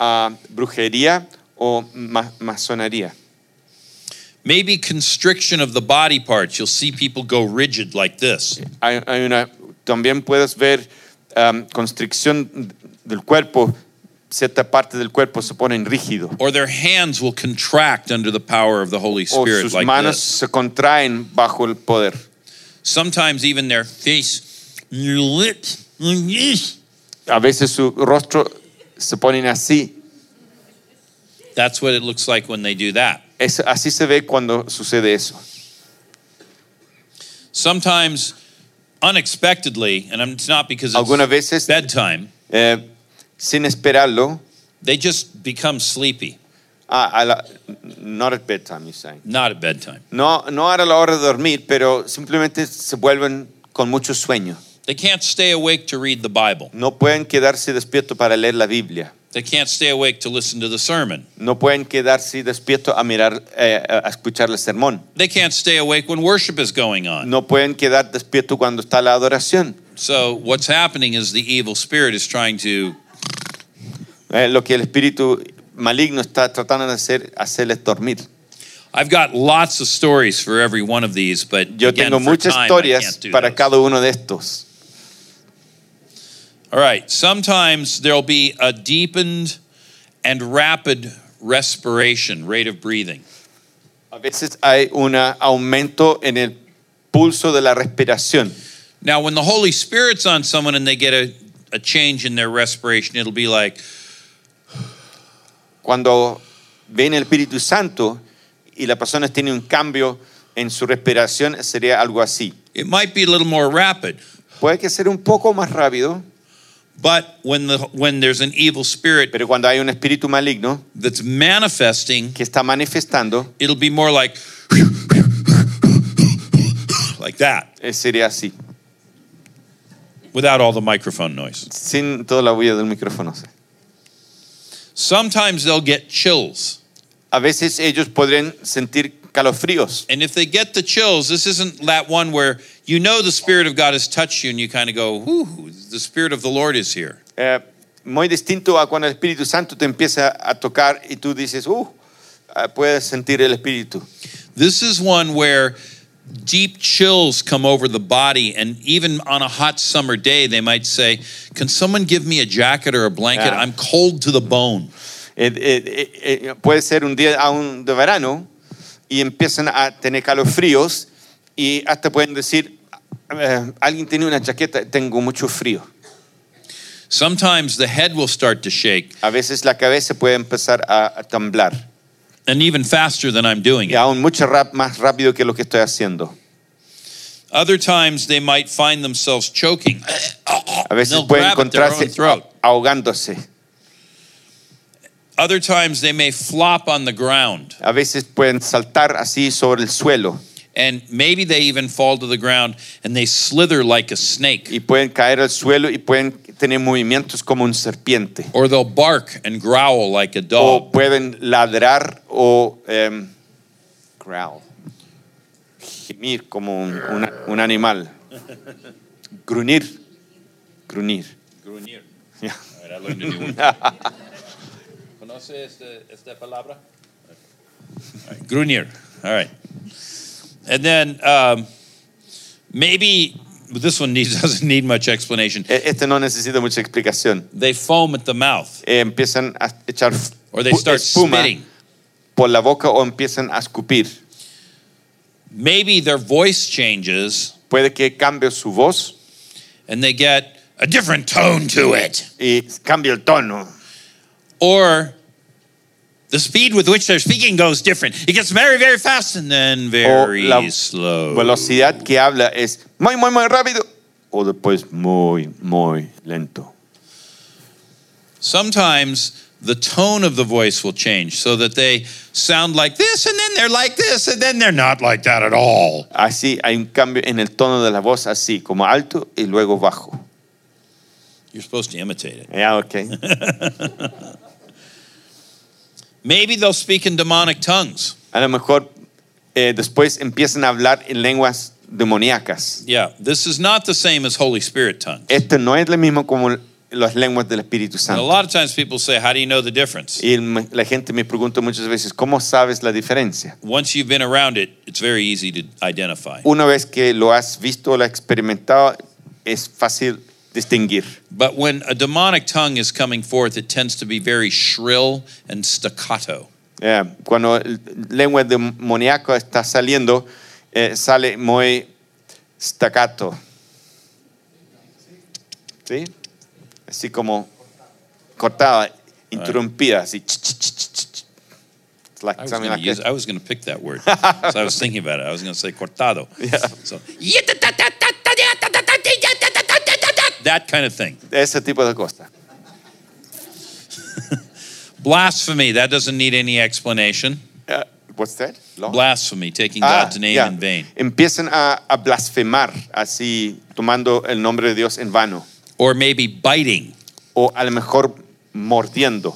Speaker 2: a brujería o ma- masonería.
Speaker 1: Maybe constriction of the body parts. You'll see people go rigid like this.
Speaker 2: Hay, hay una, también puedes ver um, constricción del cuerpo, cierta parte del cuerpo se pone rígido.
Speaker 1: Or their hands will contract under the power of the Holy
Speaker 2: O
Speaker 1: Spirit
Speaker 2: sus
Speaker 1: like
Speaker 2: manos
Speaker 1: this.
Speaker 2: se contraen bajo el poder.
Speaker 1: Sometimes even their face, your lips, like this.
Speaker 2: A veces su rostro se ponen así.
Speaker 1: That's what it looks like when they do that.
Speaker 2: Es- así se ve cuando sucede eso.
Speaker 1: Sometimes unexpectedly, and it's not because
Speaker 2: Algunas
Speaker 1: it's
Speaker 2: veces,
Speaker 1: bedtime,
Speaker 2: eh, sin esperarlo,
Speaker 1: they just become sleepy.
Speaker 2: a, a la, not at bedtime, you say.
Speaker 1: Not at bedtime.
Speaker 2: No, no a la hora de dormir, pero simplemente se vuelven con mucho sueño.
Speaker 1: They can't stay awake to read the Bible.
Speaker 2: No pueden quedarse despiertos para leer la Biblia.
Speaker 1: They can't stay awake to listen to the sermon.
Speaker 2: No pueden quedarse despiertos a mirar, eh, a escuchar el sermón.
Speaker 1: They can't stay awake when worship is going on.
Speaker 2: No pueden quedar despiertos cuando está la adoración.
Speaker 1: So, what's happening is the evil spirit is trying to
Speaker 2: Eh, lo que el espíritu maligno está tratando de hacer, hacerles dormir.
Speaker 1: I've got lots of stories for every one of these, but
Speaker 2: Yo
Speaker 1: again,
Speaker 2: tengo
Speaker 1: for
Speaker 2: muchas
Speaker 1: time, I
Speaker 2: historias
Speaker 1: can't do
Speaker 2: para
Speaker 1: those.
Speaker 2: cada uno de estos.
Speaker 1: All right. Sometimes there'll be a deepened and rapid respiration, rate of breathing.
Speaker 2: A veces hay un aumento en el pulso de la respiración.
Speaker 1: Now, when the Holy Spirit's on someone and they get a, a change in their respiration, it'll be like,
Speaker 2: Cuando viene el Espíritu Santo y la persona tiene un cambio en su respiración, sería algo así.
Speaker 1: it might be a little more rapid.
Speaker 2: Puede que sea un poco más rápido,
Speaker 1: But when the when there's an evil spirit
Speaker 2: pero cuando hay un espíritu maligno
Speaker 1: that's manifesting,
Speaker 2: que está manifestando,
Speaker 1: it'll be more like like that,
Speaker 2: eh, sería así,
Speaker 1: without all the microphone noise.
Speaker 2: sin toda la huella del micrófono.
Speaker 1: Sometimes they'll get chills.
Speaker 2: A veces ellos podrían sentir calofríos.
Speaker 1: And if they get the chills, this isn't that one where you know the Spirit of God has touched you and you kind of go, ooh, the Spirit of the Lord is here.
Speaker 2: Eh, muy distinto a cuando el Espíritu Santo te empieza a tocar y tú dices, uh, ah, puedes sentir el Espíritu.
Speaker 1: This is one where deep chills come over the body. And even on a hot summer day, they might say, Can someone give me a jacket or a blanket?
Speaker 2: Yeah.
Speaker 1: I'm cold to the bone.
Speaker 2: Eh, eh, eh, eh, puede ser un día aún de verano y empiezan a tener calofríos y hasta pueden decir, eh, alguien tiene una chaqueta, tengo mucho frío.
Speaker 1: Sometimes the head will start to shake,
Speaker 2: A veces la cabeza puede empezar a, a temblar
Speaker 1: and even faster than I'm doing
Speaker 2: y
Speaker 1: it.
Speaker 2: aún mucho rap- más rápido que lo que estoy haciendo.
Speaker 1: Other times they might find themselves choking.
Speaker 2: A veces
Speaker 1: They'll
Speaker 2: pueden
Speaker 1: grab at their own
Speaker 2: encontrarse
Speaker 1: throat.
Speaker 2: a- ahogándose.
Speaker 1: Other times they may flop on the ground,
Speaker 2: A veces pueden saltar así sobre el suelo
Speaker 1: and maybe they even fall to the ground and they slither like a snake,
Speaker 2: y pueden caer al suelo y pueden tener movimientos como un serpiente.
Speaker 1: or they'll bark and growl like a
Speaker 2: O
Speaker 1: dog.
Speaker 2: pueden ladrar o em, growl. Gemir como un, un- un animal. Grunir. Grunir. Ya.
Speaker 1: Grunier. All right. And then um, maybe this one needs, doesn't need much explanation.
Speaker 2: E- Este no necesita mucha explicación.
Speaker 1: They foam at the mouth,
Speaker 2: Eh, empiezan a echar
Speaker 1: or they
Speaker 2: pu-
Speaker 1: start
Speaker 2: espuma
Speaker 1: spitting.
Speaker 2: por la boca o empiezan a escupir.
Speaker 1: Maybe their voice changes,
Speaker 2: Puede que cambie su voz
Speaker 1: and they get a different tone to it,
Speaker 2: y cambie el tono.
Speaker 1: or the speed with which they're speaking goes different. It gets very, very fast, and then very
Speaker 2: la
Speaker 1: slow.
Speaker 2: velocidad que habla es muy, muy, muy rápido o después muy, muy lento.
Speaker 1: sometimes the tone of the voice will change so that they sound like this and then they're like this and then they're not like that at all.
Speaker 2: Así hay un cambio en el tono de la voz, así como alto y luego bajo.
Speaker 1: You're supposed to imitate it.
Speaker 2: Ya, ok.
Speaker 1: Maybe they'll speak in demonic tongues.
Speaker 2: A lo mejor eh, después empiezan a hablar en lenguas demoníacas.
Speaker 1: Yeah, this is not the same as Holy Spirit tongues.
Speaker 2: Esto no es lo mismo como l- las lenguas del Espíritu
Speaker 1: And a
Speaker 2: Santo.
Speaker 1: lot of times people say, How do you know the difference?
Speaker 2: Y me- la gente me pregunta muchas veces, ¿cómo sabes la diferencia?
Speaker 1: Once you've been around it, it's very easy to identify.
Speaker 2: Una vez que lo has visto o lo has experimentado, es fácil distinguir.
Speaker 1: But when a demonic tongue is coming forth, it tends to be very shrill and staccato.
Speaker 2: Eh, cuando el lengua demoníaca está saliendo, eh, sale muy staccato. ¿Sí? Así como cortada, interrumpida, así. ch, ch, ch, ch, ch, ch. It's like
Speaker 1: I was
Speaker 2: something
Speaker 1: going
Speaker 2: like that.
Speaker 1: to pick that word. so I was thinking about it. I was going to say cortado. So, that kind of thing.
Speaker 2: Ese tipo de cosas.
Speaker 1: Blasphemy. That doesn't need any explanation.
Speaker 2: Eh, what's that? Law?
Speaker 1: Blasphemy, taking
Speaker 2: Ah,
Speaker 1: God's name
Speaker 2: yeah.
Speaker 1: in vain.
Speaker 2: Empiezan a, a blasfemar, así tomando el nombre de Dios en vano.
Speaker 1: Or maybe biting.
Speaker 2: O a lo mejor mordiendo.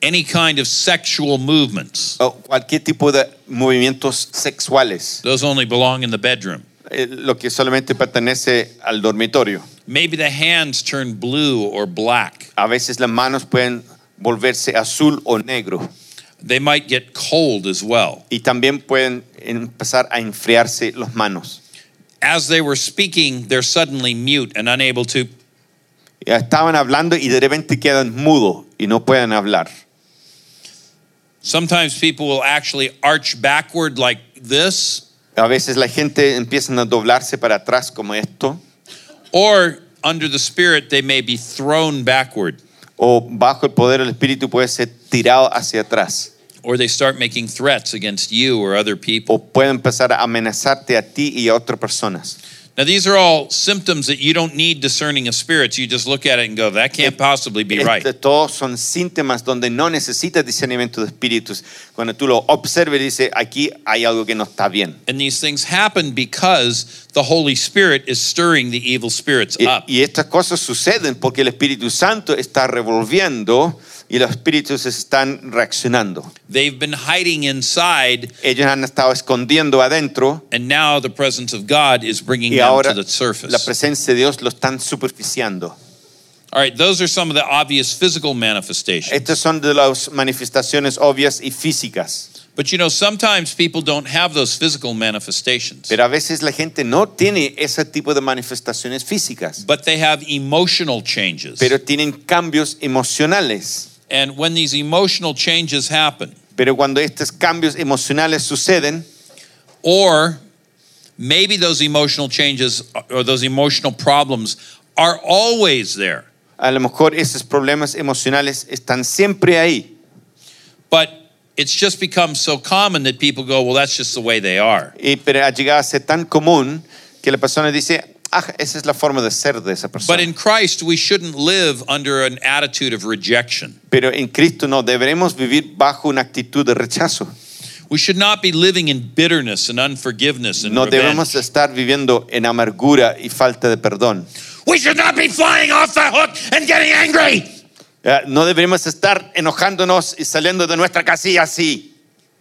Speaker 1: Any kind of sexual movements.
Speaker 2: O cualquier tipo de movimientos sexuales.
Speaker 1: Those only belong in the bedroom.
Speaker 2: eh, lo que solamente pertenece al dormitorio.
Speaker 1: Maybe the hands turn blue or black.
Speaker 2: A veces las manos pueden volverse azul o negro
Speaker 1: They might get cold as well.
Speaker 2: y también pueden empezar a enfriarse las manos.
Speaker 1: As they were speaking, they're suddenly mute and unable to
Speaker 2: Ya Estaban hablando y de repente quedan mudos y no pueden hablar.
Speaker 1: Sometimes people will actually arch backward like this,
Speaker 2: A veces la gente empieza a doblarse para atrás como esto
Speaker 1: or under the Spirit, they may be thrown backward,
Speaker 2: o bajo el poder del espíritu puede ser tirado hacia atrás
Speaker 1: or they start making threats against you or other people.
Speaker 2: o puede empezar a amenazarte a ti y a otras personas.
Speaker 1: Now, these are all symptoms that you don't need discerning of spirits. You just look at it and go, that can't possibly be right.
Speaker 2: Este, todos son síntomas donde no necesitas discernimiento de espíritus. Cuando tú lo observes, dice, aquí hay algo que no está bien.
Speaker 1: And these things happen because the Holy Spirit is stirring the evil spirits
Speaker 2: Y,
Speaker 1: up.
Speaker 2: y estas cosas suceden porque el Espíritu Santo está revolviendo y los espíritus están reaccionando.
Speaker 1: They've been hiding inside,
Speaker 2: Ellos han estado escondiendo adentro
Speaker 1: and now the presence of God is bringing
Speaker 2: y
Speaker 1: them
Speaker 2: ahora
Speaker 1: to the
Speaker 2: la
Speaker 1: surface.
Speaker 2: presencia de Dios lo están superficiando.
Speaker 1: All right, those are some of the obvious physical manifestations.
Speaker 2: Estas son de las manifestaciones obvias y físicas.
Speaker 1: But you know, sometimes people don't have those physical manifestations,
Speaker 2: Pero a veces la gente no tiene ese tipo de manifestaciones físicas,
Speaker 1: but they have emotional changes.
Speaker 2: pero tienen cambios emocionales.
Speaker 1: And when these emotional changes happen,
Speaker 2: Pero cuando estos cambios emocionales suceden,
Speaker 1: or maybe those emotional changes or those emotional problems are always there,
Speaker 2: a lo mejor esos problemas emocionales están siempre ahí.
Speaker 1: but it's just become so common that people go, well, that's just the way they are.
Speaker 2: Y, pero ha llegado a ser tan común que la persona dice, ah, esa es la forma de ser de esa
Speaker 1: But
Speaker 2: persona.
Speaker 1: in Christ, we shouldn't live under an attitude of rejection.
Speaker 2: pero en Cristo no, deberemos vivir bajo una actitud de rechazo.
Speaker 1: We should not be living in bitterness and unforgiveness and
Speaker 2: No
Speaker 1: revenge.
Speaker 2: debemos estar viviendo en amargura y falta de perdón.
Speaker 1: We should not be flying off the hook and getting angry.
Speaker 2: Eh, No deberemos estar enojándonos y saliendo de nuestra casilla así.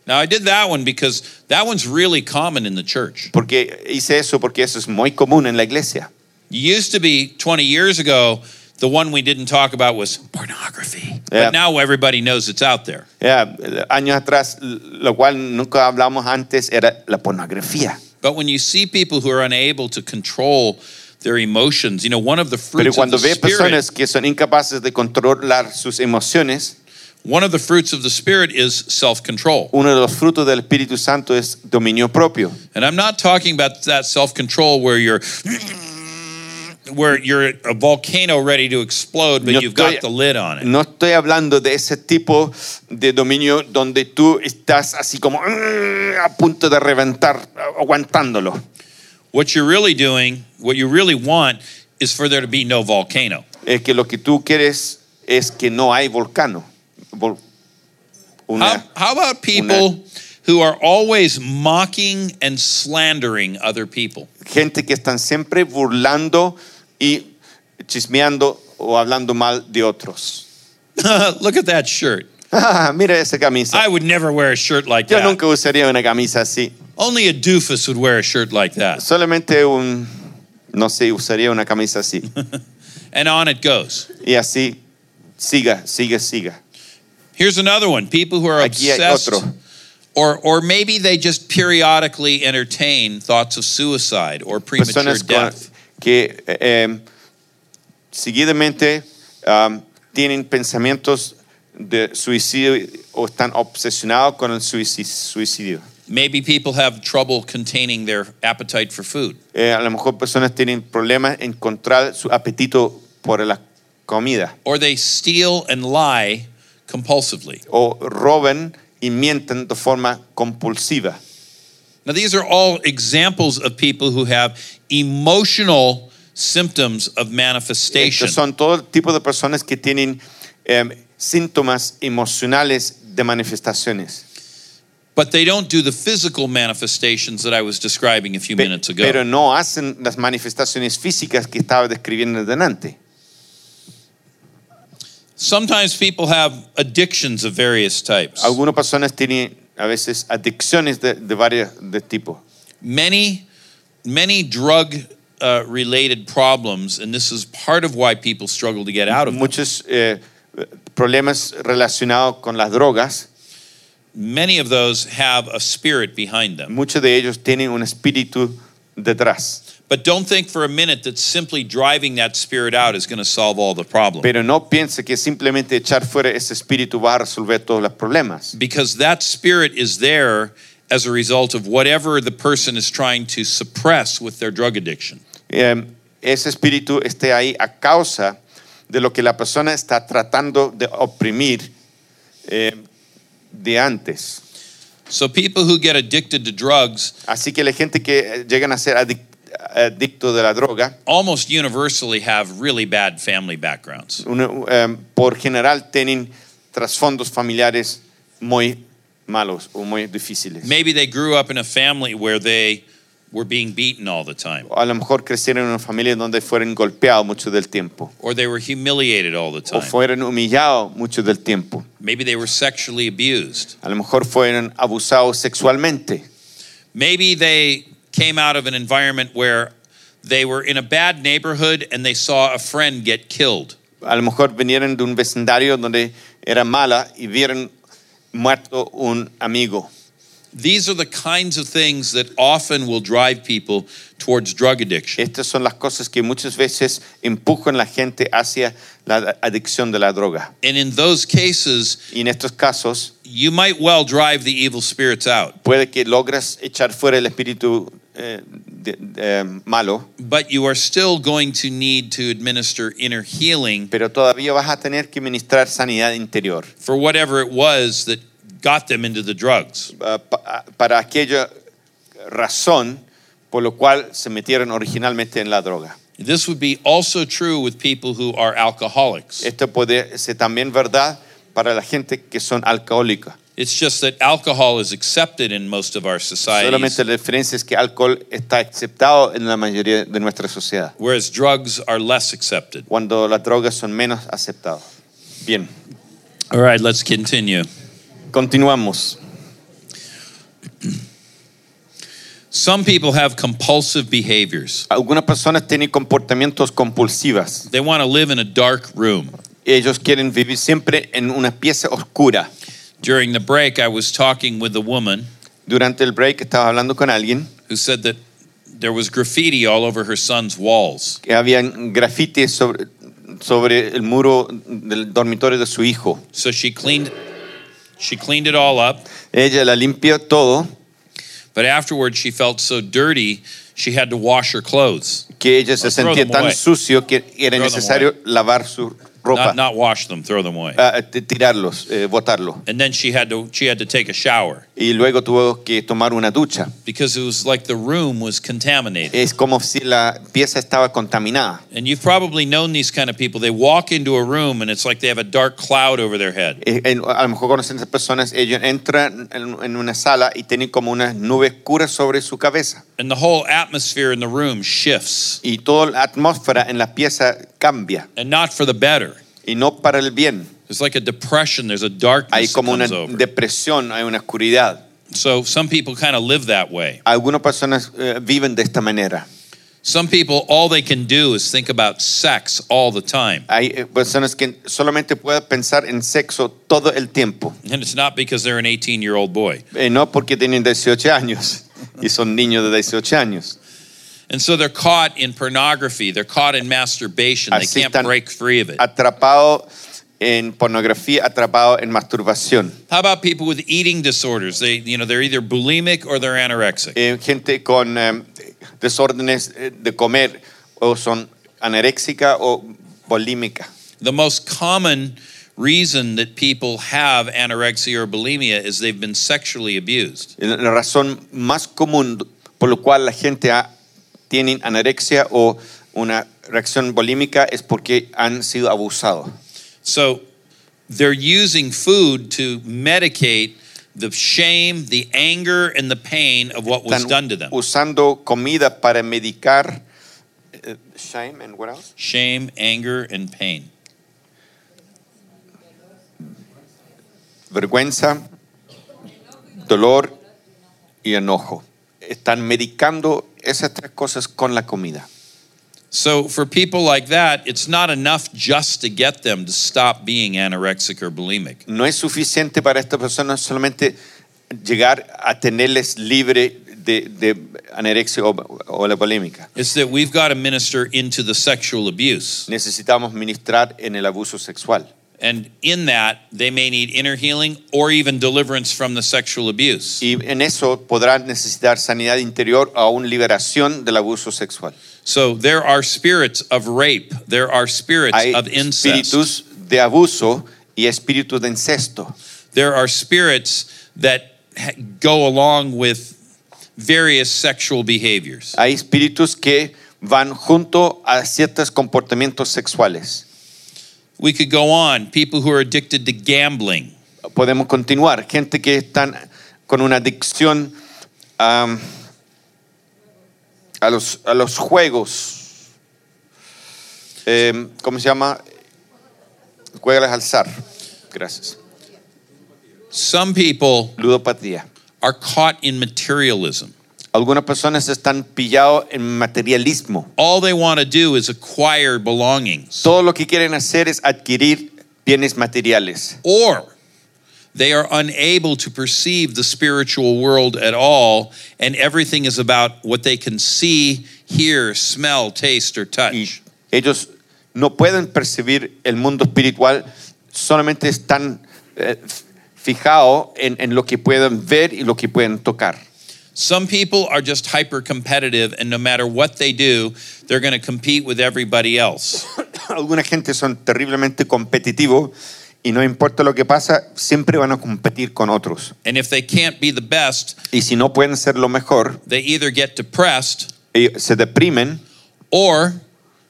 Speaker 1: Now, I did that one because that one's really common in the church.
Speaker 2: Porque hice eso porque eso es muy común en la iglesia.
Speaker 1: Used to be 20 years ago, the one we didn't talk about was pornography.
Speaker 2: Yeah.
Speaker 1: But now everybody knows it's out there.
Speaker 2: Ya, años atrás, lo cual nunca hablamos antes, era la pornografía.
Speaker 1: But when you see people who are unable to control their emotions. You know, one of the
Speaker 2: Pero
Speaker 1: fruits of the
Speaker 2: cuando ves
Speaker 1: spirit,
Speaker 2: personas que son incapaces de controlar sus emociones,
Speaker 1: one of the fruits of the spirit is self-control.
Speaker 2: uno de los frutos del Espíritu Santo es dominio propio.
Speaker 1: And I'm not talking about that self-control where you're where you're a volcano ready to explode, but
Speaker 2: Yo
Speaker 1: you've
Speaker 2: estoy-
Speaker 1: got the lid on it.
Speaker 2: No estoy hablando de ese tipo de dominio donde tú estás así como "Mm", a punto de reventar, aguantándolo.
Speaker 1: What you're really doing, what you really want, is for there to be no volcano.
Speaker 2: Es que lo que tú quieres es que no hay volcano. Vol-
Speaker 1: How,
Speaker 2: una-
Speaker 1: how about people who are always mocking and slandering other people?
Speaker 2: gente que están siempre burlando y chismeando o hablando mal de otros. Ah,
Speaker 1: Look at that shirt.
Speaker 2: Mira esa camisa.
Speaker 1: I would never wear a shirt like
Speaker 2: Yo
Speaker 1: that.
Speaker 2: nunca usaría una camisa así.
Speaker 1: Only a doofus would wear a shirt like that.
Speaker 2: Solamente un, no sé, usaría una camisa así.
Speaker 1: And on it goes.
Speaker 2: Y así, siga, siga, siga.
Speaker 1: Here's another one. People who are
Speaker 2: Aquí hay
Speaker 1: obsessed
Speaker 2: otro.
Speaker 1: or or maybe they just periodically entertain thoughts of suicide or premature
Speaker 2: Personas con-
Speaker 1: death.
Speaker 2: que eh, eh, seguidamente um, tienen pensamientos de suicidio o están obsesionados con el suici- suicidio.
Speaker 1: Maybe people have trouble containing their appetite for food.
Speaker 2: Eh, a lo mejor personas tienen problemas en encontrar su apetito por la comida
Speaker 1: Or they steal and lie compulsively.
Speaker 2: o roben y mienten de forma compulsiva.
Speaker 1: Now, these are all examples of people who have emotional symptoms of manifestation.
Speaker 2: Estos son todo tipo de personas que tienen eh, síntomas emocionales de manifestaciones.
Speaker 1: But they don't do the physical manifestations that I was describing a few
Speaker 2: Pe-
Speaker 1: minutes ago.
Speaker 2: pero no hacen las manifestaciones físicas que estaba describiendo delante.
Speaker 1: Sometimes people have addictions of various types.
Speaker 2: Algunas personas tienen a veces adicciones de, de varios de tipos.
Speaker 1: many many drug uh, related problems and this is part of why people struggle to get out of them.
Speaker 2: Muchos eh, problemas relacionados con las drogas,
Speaker 1: many of those have a spirit behind them
Speaker 2: muchos de ellos tienen un espíritu detrás.
Speaker 1: but don't think for a minute that simply driving that spirit out is going to solve all the problems
Speaker 2: Pero no piense que simplemente echar fuera ese espíritu va a resolver todos los problemas.
Speaker 1: because that spirit is there as a result of whatever the person is trying to suppress with their drug addiction
Speaker 2: Eh, ese espíritu esté ahí a causa de lo que la persona está tratando de oprimir eh, de antes.
Speaker 1: so people who get addicted to drugs
Speaker 2: Así que la gente que eh, llegan a ser adic- adicto de la droga,
Speaker 1: almost universally have really bad family backgrounds
Speaker 2: uno, em, por general tienen trasfondos familiares muy malos o muy difíciles.
Speaker 1: Maybe they grew up in a family where they were being beaten all the time,
Speaker 2: A lo mejor crecieron en una familia donde fueron golpeados mucho del tiempo
Speaker 1: or they were humiliated all the
Speaker 2: o
Speaker 1: time.
Speaker 2: fueron humillados mucho del tiempo.
Speaker 1: Maybe they were sexually abused.
Speaker 2: A lo mejor fueron abusados sexualmente.
Speaker 1: Maybe they came out of an environment where they were in a bad neighborhood and they saw a friend get killed.
Speaker 2: A lo mejor vinieron de un vecindario donde era mala y vieron muerto un amigo.
Speaker 1: These are the kinds of things that often will drive people towards drug addiction.
Speaker 2: Estas son las cosas que muchas veces empujan a la gente hacia la adicción de la droga.
Speaker 1: And in those cases,
Speaker 2: Y en estos casos
Speaker 1: you might well drive the evil spirits out,
Speaker 2: puede que logres echar fuera el espíritu eh, de- de- malo,
Speaker 1: but you are still going to need to administer inner healing
Speaker 2: pero todavía vas a tener que ministrar sanidad interior
Speaker 1: for whatever it was that got them into the drugs.
Speaker 2: ah, pa- ah, para aquella razón por lo cual se metieron originalmente en la droga.
Speaker 1: This would be also true with people who are alcoholics.
Speaker 2: Esto puede ser también verdad para la gente que son alcohólicas.
Speaker 1: It's just that alcohol is accepted in most of our
Speaker 2: Solamente
Speaker 1: societies,
Speaker 2: la diferencia es que alcohol está aceptado en la mayoría de nuestra sociedad.
Speaker 1: whereas drugs are less accepted.
Speaker 2: cuando las drogas son menos aceptadas. Bien,
Speaker 1: All right, let's continue.
Speaker 2: continuamos.
Speaker 1: Some people have compulsive behaviors.
Speaker 2: Algunas personas tienen comportamientos compulsivos.
Speaker 1: They want to live in a dark room.
Speaker 2: Ellos quieren vivir siempre en una pieza oscura.
Speaker 1: During the break, I was talking with a woman
Speaker 2: Durante el break estaba hablando con alguien
Speaker 1: who said that there was graffiti all over her son's walls.
Speaker 2: que habían grafites sobre, sobre el muro del dormitorio de su hijo.
Speaker 1: So she cleaned she cleaned it all up,
Speaker 2: Ella la limpió todo,
Speaker 1: but afterward she felt so dirty she had to wash her clothes.
Speaker 2: que ella se
Speaker 1: Or throw
Speaker 2: sentía
Speaker 1: them
Speaker 2: tan
Speaker 1: away.
Speaker 2: sucio que era
Speaker 1: them
Speaker 2: necesario lavar su ropa,
Speaker 1: Not not wash them, throw them away.
Speaker 2: ah, t- tirarlos, eh, botarlo.
Speaker 1: And then she had to she had to take a shower
Speaker 2: Y luego tuvo que tomar una ducha.
Speaker 1: because it was like the room was contaminated.
Speaker 2: Es como si la pieza estaba contaminada.
Speaker 1: And you've probably known these kind of people. They walk into a room and it's like they have a dark cloud over their head.
Speaker 2: Eh, en- a lo mejor conocen esas personas, ellos entran en, en una sala y tienen como unas nubes oscuras sobre su cabeza.
Speaker 1: And the whole atmosphere in the room shifts.
Speaker 2: Y toda la atmósfera en la pieza cambia.
Speaker 1: And not for the better.
Speaker 2: Y no para el bien.
Speaker 1: There's like a depression, there's a darkness
Speaker 2: Hay
Speaker 1: that
Speaker 2: como una
Speaker 1: comes over.
Speaker 2: depresión, hay una oscuridad.
Speaker 1: So some people kind of live that way.
Speaker 2: Algunas personas eh, viven de esta manera.
Speaker 1: Some people, all they can do is think about sex all the time.
Speaker 2: Hay eh, personas que solamente pueden pensar en sexo todo el tiempo.
Speaker 1: And it's not because they're an 18 year old boy.
Speaker 2: Eh, no porque tienen 18 años y son niños de 18 años.
Speaker 1: And so they're caught in pornography, they're caught in masturbation, they
Speaker 2: Así
Speaker 1: can't
Speaker 2: están-
Speaker 1: break free of it.
Speaker 2: Atrapado en pornografía, atrapado en masturbación.
Speaker 1: How about people with eating disorders? They, you know, they're either bulimic or they're anorexic.
Speaker 2: Eh, gente con eh, desórdenes eh, de comer o son anoréxica o bulímica.
Speaker 1: The most common reason that people have anorexia or bulimia is they've been sexually abused.
Speaker 2: La la razón más común por la cual la gente ha- tiene anorexia o una reacción bulímica es porque han sido abusados.
Speaker 1: So they're using food to medicate the shame, the anger, and the pain of what was done to them.
Speaker 2: usando comida para medicar eh, shame and what else?
Speaker 1: Shame, anger, and pain.
Speaker 2: vergüenza, dolor y enojo. Están medicando esas tres cosas con la comida.
Speaker 1: So for people like that, it's not enough just to get them to stop being anorexic or bulimic.
Speaker 2: No es suficiente para estas personas solamente llegar a tenerles libre de, de anorexia o, o la polémica.
Speaker 1: It's that we've got to minister into the sexual abuse.
Speaker 2: necesitamos ministrar en el abuso sexual.
Speaker 1: And in that, they may need inner healing or even deliverance from the sexual abuse.
Speaker 2: Y en eso podrán necesitar sanidad interior o aún liberación del abuso sexual.
Speaker 1: So there are spirits of rape, there are spirits
Speaker 2: Hay
Speaker 1: of incest,
Speaker 2: espíritus de abuso y espíritus de incesto.
Speaker 1: there are spirits that ha- go along with various sexual behaviors.
Speaker 2: Hay espíritus que van junto a ciertos comportamientos sexuales.
Speaker 1: We could go on. People who are addicted to gambling,
Speaker 2: Podemos continuar. Gente que están con una adicción am, a, los, a los juegos. Em, ¿Cómo se llama? Juegas al azar. Gracias.
Speaker 1: some people
Speaker 2: Ludopatía.
Speaker 1: are caught in materialism.
Speaker 2: Algunas personas están pillados en materialismo.
Speaker 1: All they want to do is acquire belongings,
Speaker 2: Todo lo que quieren hacer es adquirir bienes materiales.
Speaker 1: or they are unable to perceive the spiritual world at all, and everything is about what they can see, hear, smell, taste, or
Speaker 2: y
Speaker 1: touch.
Speaker 2: ellos no pueden percibir el mundo espiritual, solamente están eh, f- fijados en, en lo que pueden ver y lo que pueden tocar.
Speaker 1: Some people are just hyper competitive, and no matter what they do, they're going to compete with everybody else.
Speaker 2: Alguna gente son terriblemente competitivos y no importa lo que pasa, siempre van a competir con otros.
Speaker 1: And if they can't be the best,
Speaker 2: Y si no pueden ser lo mejor,
Speaker 1: they either get depressed
Speaker 2: ellos se deprimen
Speaker 1: or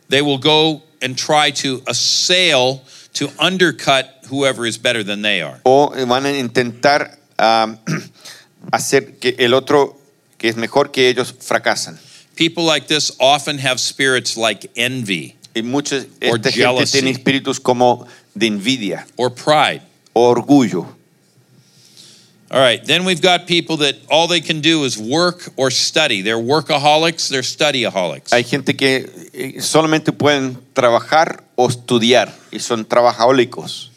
Speaker 1: they will go and try to assail to undercut whoever is better than they are.
Speaker 2: o van a intentar ah, hacer que el otro, que es mejor que ellos, fracasan.
Speaker 1: People like this often have spirits like envy
Speaker 2: Y muchos,
Speaker 1: Or
Speaker 2: esta gente
Speaker 1: jealousy.
Speaker 2: tiene espíritus como de envidia.
Speaker 1: or pride.
Speaker 2: orgullo.
Speaker 1: All right, then we've got people that all they can do is work or study. They're workaholics, they're studyaholics.
Speaker 2: Hay gente que eh, solamente pueden trabajar o estudiar y son trabajólicos.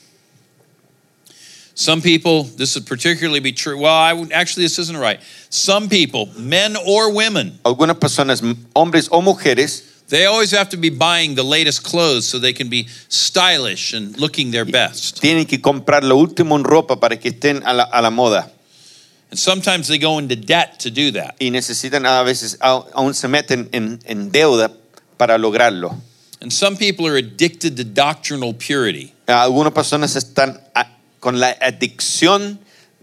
Speaker 1: Some people, this would particularly be true. Well, I would, actually, this isn't right. Some people, men or women,
Speaker 2: Algunas personas, m- hombres o mujeres,
Speaker 1: they always have to be buying the latest clothes so they can be stylish and looking their best.
Speaker 2: tienen que comprar lo último en ropa para que estén a la, a la moda.
Speaker 1: And sometimes they go into debt to do that.
Speaker 2: Y necesitan a veces, a- aún se meten en, en deuda para lograrlo.
Speaker 1: And some people are addicted to doctrinal purity.
Speaker 2: Algunas personas están a- con la adicción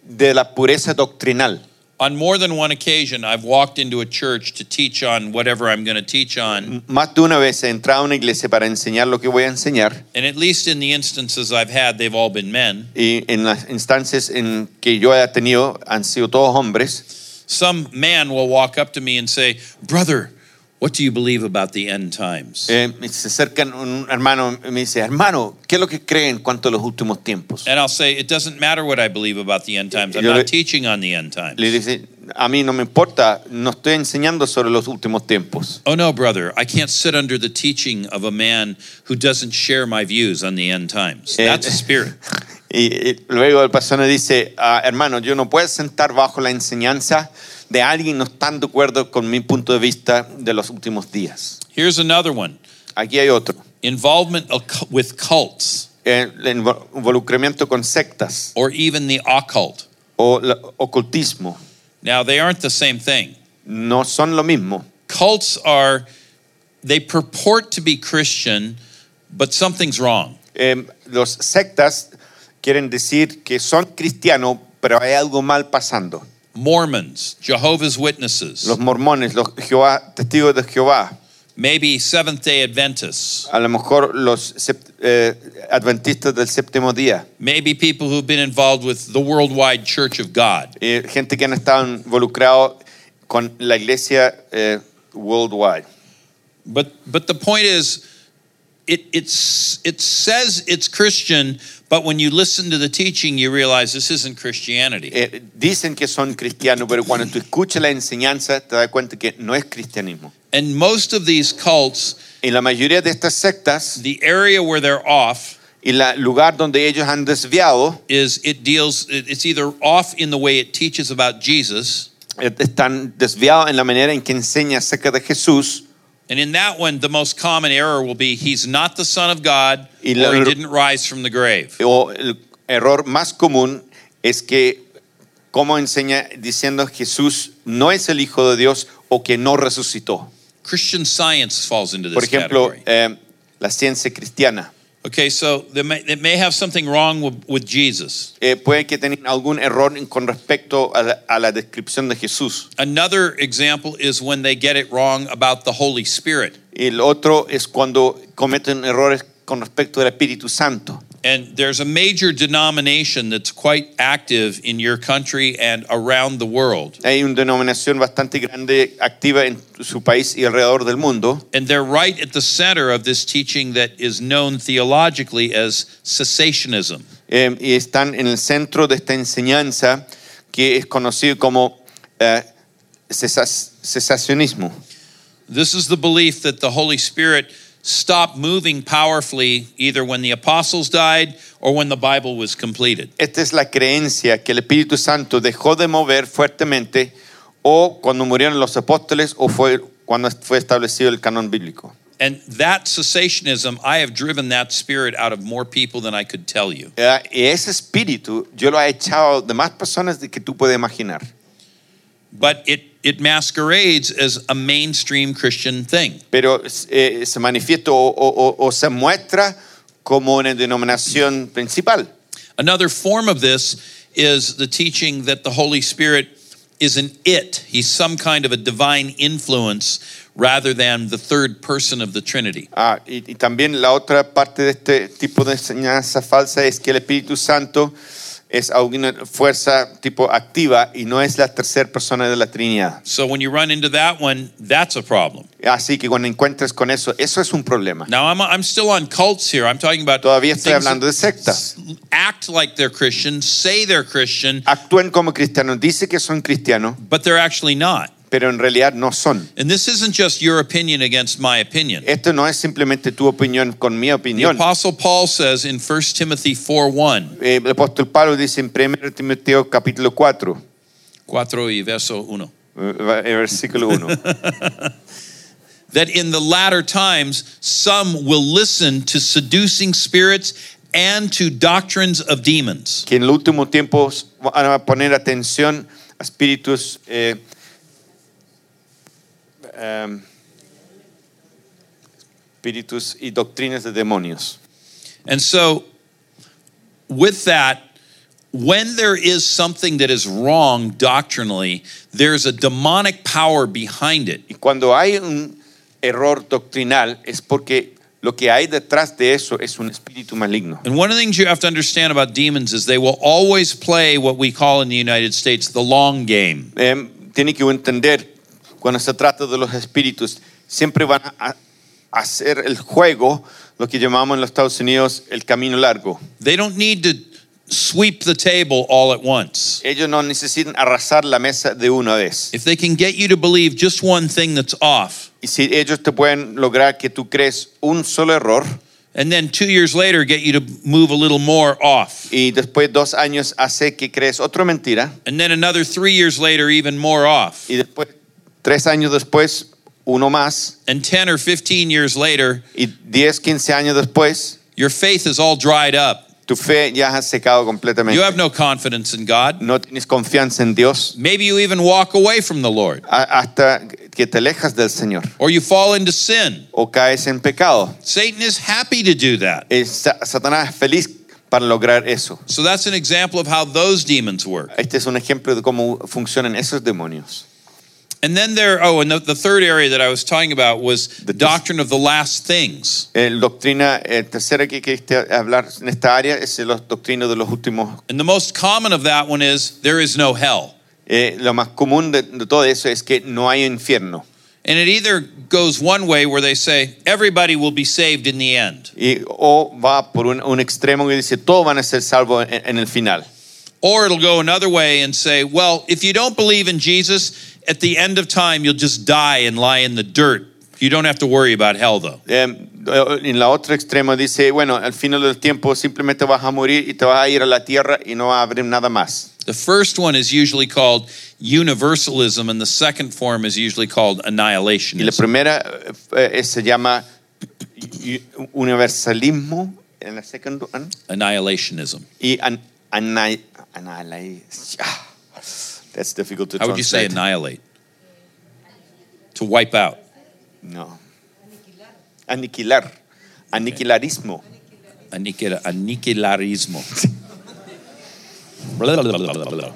Speaker 2: de la pureza doctrinal.
Speaker 1: On more than one occasion, I've walked into a church to teach on whatever I'm going to teach on.
Speaker 2: Más de una vez he entrado a una iglesia para enseñar lo que voy a enseñar
Speaker 1: And at least in the instances I've had, they've all been men.
Speaker 2: y en las instancias en que yo he tenido han sido todos hombres.
Speaker 1: Some man will walk up to me and say, Brother, what do you believe about the end times?
Speaker 2: Eh, se acercan un hermano y me dice, hermano, ¿qué es lo que cree en cuanto a los últimos tiempos?
Speaker 1: And I'll say, It doesn't matter what I believe about the end times. I'm
Speaker 2: Yo le-
Speaker 1: not teaching on the end times.
Speaker 2: Le dice, a mí no me importa, no estoy enseñando sobre los últimos tiempos.
Speaker 1: Oh no, brother, I can't sit under the teaching of a man who doesn't share my views on the end times.
Speaker 2: Eh,
Speaker 1: That's a spirit.
Speaker 2: Y, y luego el persona dice, "Ah, hermano, yo no puedo sentar bajo la enseñanza de alguien no tan de acuerdo con mi punto de vista de los últimos días.
Speaker 1: Here's another one
Speaker 2: Aquí hay otro,
Speaker 1: involvement occ- with cults
Speaker 2: Eh, el invol- involucramiento con sectas
Speaker 1: or even the occult.
Speaker 2: o la- ocultismo.
Speaker 1: Now, they aren't the same thing.
Speaker 2: No son lo mismo.
Speaker 1: Cults are, they purport to be Christian, but something's wrong.
Speaker 2: Eh, los sectas quieren decir que son cristianos, pero hay algo mal pasando.
Speaker 1: Mormons, Jehovah's Witnesses,
Speaker 2: Los mormones, los Jehová, testigos de Jehová,
Speaker 1: maybe Seventh day Adventists,
Speaker 2: a lo mejor los sept- eh, adventistas del séptimo día,
Speaker 1: maybe people who've been involved with the worldwide Church of God.
Speaker 2: eh, gente que han estado involucrado con la iglesia eh, worldwide.
Speaker 1: But but the point is, it it's it says it's Christian, but when you listen to the teaching, you realize this isn't Christianity.
Speaker 2: Eh, dicen que son cristianos, pero cuando tú escuchas la enseñanza te das cuenta que no es cristianismo.
Speaker 1: And most of these cults,
Speaker 2: Y la mayoría de estas sectas
Speaker 1: the area where they're off
Speaker 2: y el lugar donde ellos han desviado
Speaker 1: is it deals it- it's either off in the way it teaches about Jesus,
Speaker 2: eh, están desviados en la manera en que enseña acerca de Jesús.
Speaker 1: and in that one, the most common error will be he's not the son of God
Speaker 2: Y la-
Speaker 1: or he didn't rise from the grave.
Speaker 2: O el error más común es que, como enseña diciendo Jesús no es el Hijo de Dios o que no resucitó.
Speaker 1: Christian science falls into this
Speaker 2: Por ejemplo,
Speaker 1: category.
Speaker 2: eh, la ciencia cristiana.
Speaker 1: Okay, so they may, it may have something wrong with, with Jesus.
Speaker 2: Eh, puede que tengan algún error en- con respecto a la, a la descripción de Jesús.
Speaker 1: Another example is when they get it wrong about the Holy Spirit.
Speaker 2: Y El otro es cuando cometen errores con respecto al Espíritu Santo.
Speaker 1: And there's a major denomination that's quite active in your country and around the world.
Speaker 2: Hay una denominación bastante grande activa en su país y alrededor del mundo.
Speaker 1: And they're right at the center of this teaching that is known theologically as cessationism.
Speaker 2: eh, y están en el centro de esta enseñanza que es conocido como eh, cesas- cesacionismo.
Speaker 1: This is the belief that the Holy Spirit stopped moving powerfully either when the apostles died or when the Bible was completed.
Speaker 2: Esta es la creencia que el Espíritu Santo dejó de mover fuertemente o cuando murieron los apóstoles o fue cuando fue establecido el canon bíblico.
Speaker 1: And that cessationism, I have driven that spirit out of more people than I could tell you.
Speaker 2: Eh, y ese espíritu yo lo he echado de más personas de que tú puedes imaginar.
Speaker 1: but it it masquerades as a mainstream Christian thing.
Speaker 2: Pero eh, se manifiesta o- o- o- o se muestra como una denominación principal.
Speaker 1: Another form of this is the teaching that the Holy Spirit is an it. He's some kind of a divine influence rather than the third person of the Trinity.
Speaker 2: Ah, y, y también la otra parte de este tipo de enseñanza falsa es que el Espíritu Santo es alguna fuerza tipo activa y no es la tercera persona de la Trinidad.
Speaker 1: So when you run into that one, that's a problem.
Speaker 2: Así que cuando encuentres con eso, eso es un problema.
Speaker 1: Now I'm I'm still on cults here. I'm talking about
Speaker 2: Todavía estoy
Speaker 1: things
Speaker 2: hablando de sectas.
Speaker 1: that act like they're Christian, say they're Christian,
Speaker 2: Actúen como cristianos, dice que son cristianos,
Speaker 1: but they're actually not.
Speaker 2: pero en realidad no son.
Speaker 1: And this isn't just your opinion against my opinion.
Speaker 2: Esto no es simplemente tu opinión con mi
Speaker 1: The
Speaker 2: opinión.
Speaker 1: Apostle Paul says in 1 Timothy 4 1,
Speaker 2: Eh, el apóstol Pablo dice en 1 Timoteo capítulo 4,
Speaker 1: 4 y verso 1,
Speaker 2: eh, versículo 1.
Speaker 1: that in the latter times some will listen to seducing spirits and to doctrines of demons.
Speaker 2: que en el último tiempo van a poner atención a espíritus eh, em, espíritus y doctrinas de demonios.
Speaker 1: And so, with that, when there is something that is wrong doctrinally, there's a demonic power behind it.
Speaker 2: Y cuando hay un error doctrinal es porque lo que hay detrás de eso es un espíritu maligno.
Speaker 1: And one of the things you have to understand about demons is they will always play what we call in the United States the long game.
Speaker 2: Em, tiene que entender, cuando se trata de los espíritus, siempre van a a hacer el juego, lo que llamamos en los Estados Unidos el camino largo.
Speaker 1: They don't need to sweep the table all at once.
Speaker 2: Ellos no necesitan arrasar la mesa de una vez.
Speaker 1: If they can get you to believe just one thing that's off,
Speaker 2: Y si ellos te pueden lograr que tú crees un solo error
Speaker 1: and then two years later get you to move a little more off,
Speaker 2: y después dos años hace que crees otra mentira
Speaker 1: and then another three years later, even more off,
Speaker 2: y después tres años después uno más
Speaker 1: and 10 or 15 years later,
Speaker 2: y 10, 15 años después
Speaker 1: Your faith is all dried up.
Speaker 2: tu fe ya has secado
Speaker 1: You have
Speaker 2: completamente.
Speaker 1: no confidence in God.
Speaker 2: No tienes confianza en Dios
Speaker 1: Maybe you even walk away from the Lord
Speaker 2: a- hasta que te alejas del Señor
Speaker 1: or you fall into sin.
Speaker 2: o caes en pecado.
Speaker 1: Satan is happy to do that.
Speaker 2: Es- Sa- Satanás es feliz para lograr eso.
Speaker 1: So that's an example of how those demons work.
Speaker 2: Este es un ejemplo de cómo funcionan esos demonios.
Speaker 1: And then there, oh, and the, the third area that I was talking about was the
Speaker 2: The-
Speaker 1: doctrine of the last things.
Speaker 2: Eh, doctrina eh, tercera que queriste hablar en esta área es la doctrina de los últimos.
Speaker 1: And the most common of that one is there is no hell.
Speaker 2: Eh, lo más común de, de todo eso es que no hay infierno.
Speaker 1: And it either goes one way where they say everybody will be saved in the end,
Speaker 2: Y, o va por un, un extremo que dice todos van a ser salvos en, en el final.
Speaker 1: Or it'll go another way and say, well, if you don't believe in Jesus, at the end of time, you'll just die and lie in the dirt. You don't have to worry about hell, though.
Speaker 2: Eh, en la otra extremo dice, bueno, al final del tiempo simplemente vas a morir y te vas a ir a la tierra y no va a haber nada más.
Speaker 1: The first one is usually called universalism, and the second form is usually called
Speaker 2: Y la
Speaker 1: annihilationism.
Speaker 2: primera eh, eh, se llama universalismo, en la segunda one.
Speaker 1: annihilationism.
Speaker 2: Y an, anai- annihilation. Ah, That's difficult to
Speaker 1: How would you say
Speaker 2: translate.
Speaker 1: annihilate? To wipe out.
Speaker 2: No. Aniquilar. Aniquilarismo.
Speaker 1: Aniquil- Aniquilarismo. Blah, blah, blah, blah, blah, blah.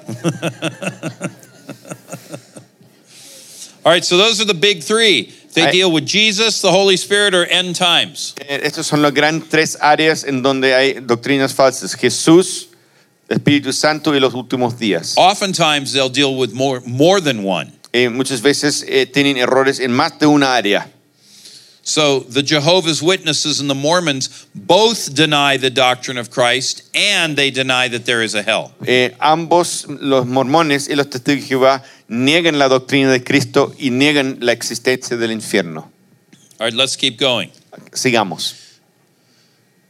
Speaker 1: All right, so those are the big three. They
Speaker 2: I-
Speaker 1: deal with Jesus, the Holy Spirit, or end times.
Speaker 2: Eh, Estos son los grandes tres áreas en donde hay doctrinas falsas. Jesús, Espíritu Santo y los últimos días.
Speaker 1: Oftentimes, they'll deal with more, more than one.
Speaker 2: Eh, muchas veces eh, tienen errores en más de una área.
Speaker 1: So the Jehovah's Witnesses and the Mormons both deny the doctrine of Christ and they deny that there is a hell.
Speaker 2: Eh, ambos, los mormones y los testigos de Jehová, niegan la doctrina de Cristo y niegan la existencia del infierno.
Speaker 1: All right, let's keep going.
Speaker 2: Sigamos.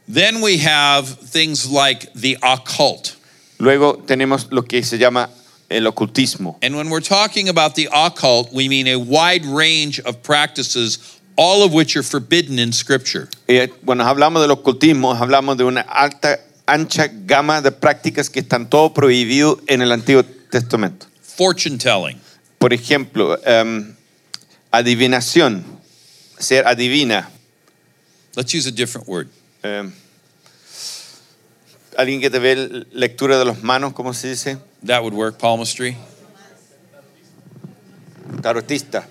Speaker 1: Then we have things like the occult.
Speaker 2: Luego tenemos lo que se llama el ocultismo.
Speaker 1: And when we're talking about the occult, we mean a wide range of practices, all of which are forbidden in Scripture.
Speaker 2: Eh, cuando hablamos del ocultismo, hablamos de una alta, ancha gama de prácticas que están todo prohibido en el Antiguo Testamento.
Speaker 1: Fortune telling,
Speaker 2: Por ejemplo, em, adivinación, ser adivina.
Speaker 1: let's use a different word,
Speaker 2: em, alguien que te ve l- lectura de las manos, ¿cómo se dice?
Speaker 1: that would work, palmistry,
Speaker 2: Tarotista.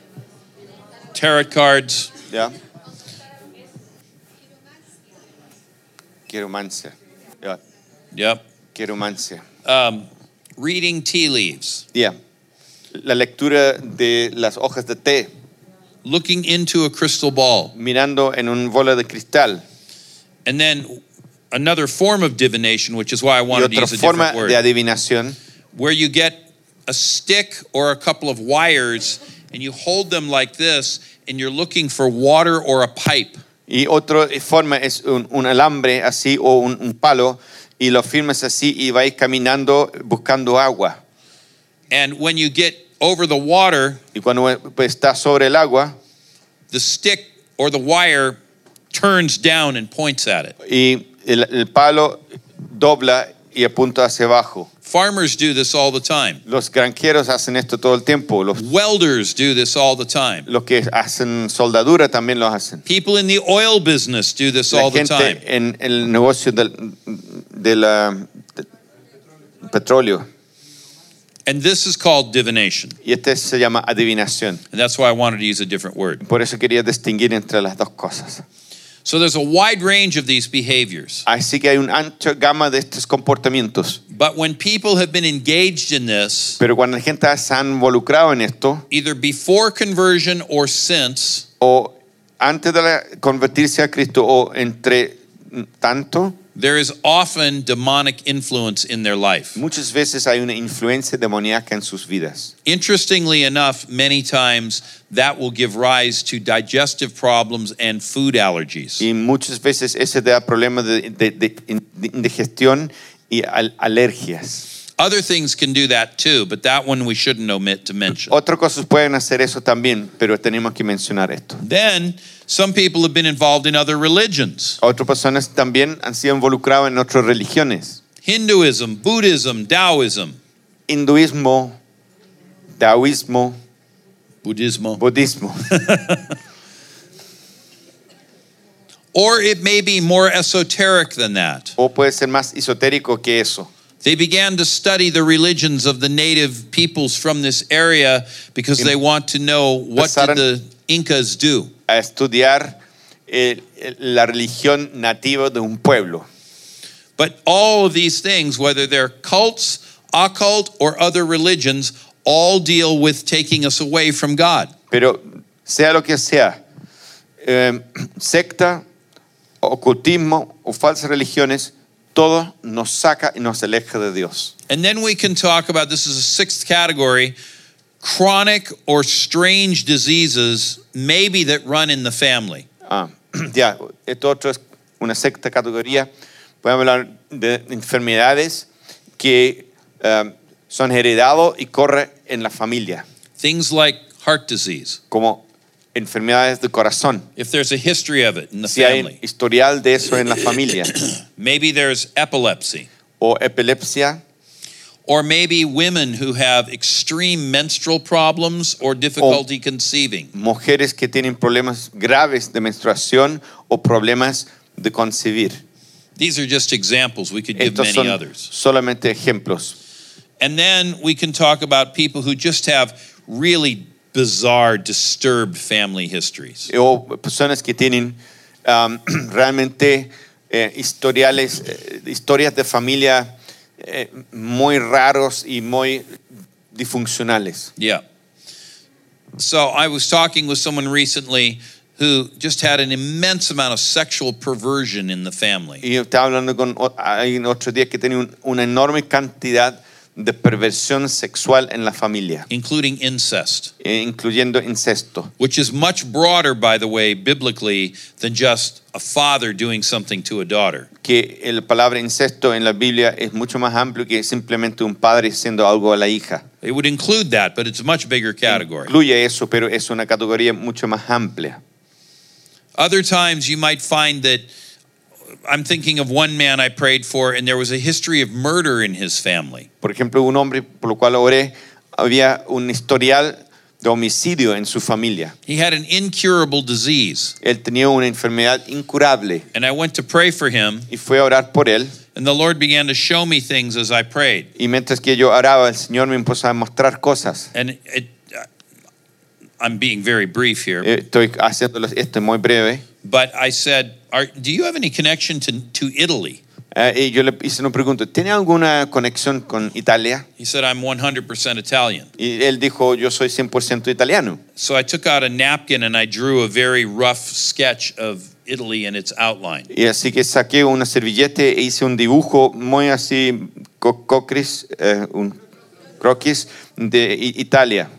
Speaker 1: tarot cards,
Speaker 2: ¿Ya? Quiromancia. ¿Ya?
Speaker 1: yep,
Speaker 2: Quiromancia.
Speaker 1: um, reading tea leaves,
Speaker 2: Ya. La lectura de las hojas de té,
Speaker 1: looking into a crystal ball.
Speaker 2: mirando en un bola de cristal.
Speaker 1: And then another form of divination, which is why I
Speaker 2: Y
Speaker 1: wanted to
Speaker 2: otra
Speaker 1: use a different
Speaker 2: forma
Speaker 1: word.
Speaker 2: de adivinación
Speaker 1: where you get a stick or a couple of wires and you hold them like this and you're looking for water or a pipe.
Speaker 2: Y otra forma es un, un alambre así o un, un palo y lo firmas así y vais caminando buscando agua.
Speaker 1: And when you get over the water,
Speaker 2: Y cuando pues, estás sobre el agua
Speaker 1: the stick or the wire turns down and points at it.
Speaker 2: y el, el palo dobla y apunta hacia abajo.
Speaker 1: Farmers do this all the time.
Speaker 2: Los granjeros hacen esto todo el tiempo. Los,
Speaker 1: Welders do this all the time.
Speaker 2: los que hacen soldadura también lo hacen.
Speaker 1: People in the oil business do this
Speaker 2: La
Speaker 1: all the time.
Speaker 2: gente en el negocio del, de la- de- petróleo.
Speaker 1: And this is called divination.
Speaker 2: Y este se llama adivinación.
Speaker 1: And that's why I wanted to use a different word.
Speaker 2: Por eso quería distinguir entre las dos cosas.
Speaker 1: So there's a wide range of these behaviors.
Speaker 2: Así que hay una ancha gama de estos comportamientos.
Speaker 1: But when people have been engaged in this,
Speaker 2: Pero cuando la gente se ha involucrado en esto,
Speaker 1: either before conversion or since,
Speaker 2: o antes de la- convertirse a Cristo, o entre tanto,
Speaker 1: there is often demonic influence in their life.
Speaker 2: muchas veces hay una influencia demoníaca en sus vidas.
Speaker 1: Interestingly enough, many times that will give rise to digestive problems and food allergies.
Speaker 2: Y muchas veces ese da problemas de, de- de in- de indigestión y al- alergias.
Speaker 1: Other things can do that too, but that one we shouldn't omit to mention.
Speaker 2: Otras cosas pueden hacer eso también, pero tenemos que mencionar esto.
Speaker 1: Then, some people have been involved in other religions
Speaker 2: Otras personas también han sido involucradas en otras religiones.
Speaker 1: Hinduism, Buddhism, Taoism.
Speaker 2: Hinduismo, taoísmo,
Speaker 1: Buddhismo.
Speaker 2: budismo.
Speaker 1: Or it may be more esoteric than that.
Speaker 2: O puede ser más esotérico que eso.
Speaker 1: They began to study the religions of the native peoples from this area because they want to know what did
Speaker 2: Empezaron-
Speaker 1: the Incas do.
Speaker 2: a estudiar eh, la religión nativa de un pueblo.
Speaker 1: But all of these things, whether they're cults, occult, or other religions, all deal with taking us away from God.
Speaker 2: Pero sea lo que sea, eh, secta, ocultismo o falsas religiones, todo nos saca y nos aleja de Dios.
Speaker 1: And then we can talk about this is a sixth category chronic or strange diseases, maybe that run in the family.
Speaker 2: Ah, ya, esto otro es una sexta categoría. Podemos hablar de enfermedades que eh, son heredados y corren en la familia,
Speaker 1: Things like heart disease,
Speaker 2: como enfermedades de corazón.
Speaker 1: if there's a history of it in the
Speaker 2: Si hay un
Speaker 1: family.
Speaker 2: historial de eso en la familia.
Speaker 1: Maybe there's epilepsy.
Speaker 2: o epilepsia
Speaker 1: Or maybe women who have extreme menstrual problems or difficulty conceiving.
Speaker 2: mujeres que tienen problemas graves de menstruación o problemas de concebir.
Speaker 1: These are just examples. We could give
Speaker 2: Estos
Speaker 1: many
Speaker 2: son
Speaker 1: others.
Speaker 2: solamente ejemplos.
Speaker 1: And then we can talk about people who just have really bizarre, disturbed family histories.
Speaker 2: O personas que tienen um, realmente eh, historiales, eh, historias de familia eh, muy raros y muy disfuncionales.
Speaker 1: Yeah. So I was talking with someone recently who just had an immense amount of sexual perversion in the family.
Speaker 2: Y yo estaba hablando con o- alguien otro día que tenía un- una enorme cantidad de perversión sexual en la familia,
Speaker 1: Including incest,
Speaker 2: eh, incluyendo incesto.
Speaker 1: which is much broader, by the way, biblically, than just a father doing something to a daughter.
Speaker 2: que la palabra incesto en la Biblia es mucho más amplio que simplemente un padre haciendo algo a la hija.
Speaker 1: It would include that, but it's a much bigger category.
Speaker 2: Incluye eso, pero es una categoría mucho más amplia.
Speaker 1: Other times you might find that I'm thinking of one man I prayed for, and there was a history of murder in his family.
Speaker 2: Por ejemplo, un hombre por lo cual oré, había un historial de homicidio en su familia.
Speaker 1: He had an incurable disease.
Speaker 2: Él tenía una enfermedad incurable
Speaker 1: And I went to pray for him,
Speaker 2: y fue a orar por él.
Speaker 1: and the Lord began to show me things as I prayed.
Speaker 2: Y mientras que yo oraba, el Señor me empezó a mostrar cosas.
Speaker 1: And it, uh, I'm being very brief here,
Speaker 2: Eh, Estoy haciéndolo esto es muy breve.
Speaker 1: but I said, Are, Do you have any connection to, to Italy?
Speaker 2: Eh, y yo le hice una pregunta, ¿tiene alguna conexión con Italia?
Speaker 1: He said, I'm 100% Italian.
Speaker 2: Y él dijo, yo soy 100% italiano.
Speaker 1: So I took out a napkin and I drew a very rough sketch of Italy and its outline.
Speaker 2: Y así que saqué una servilleta e hice un dibujo muy así, co- cocris, eh, un croquis de I- Italia.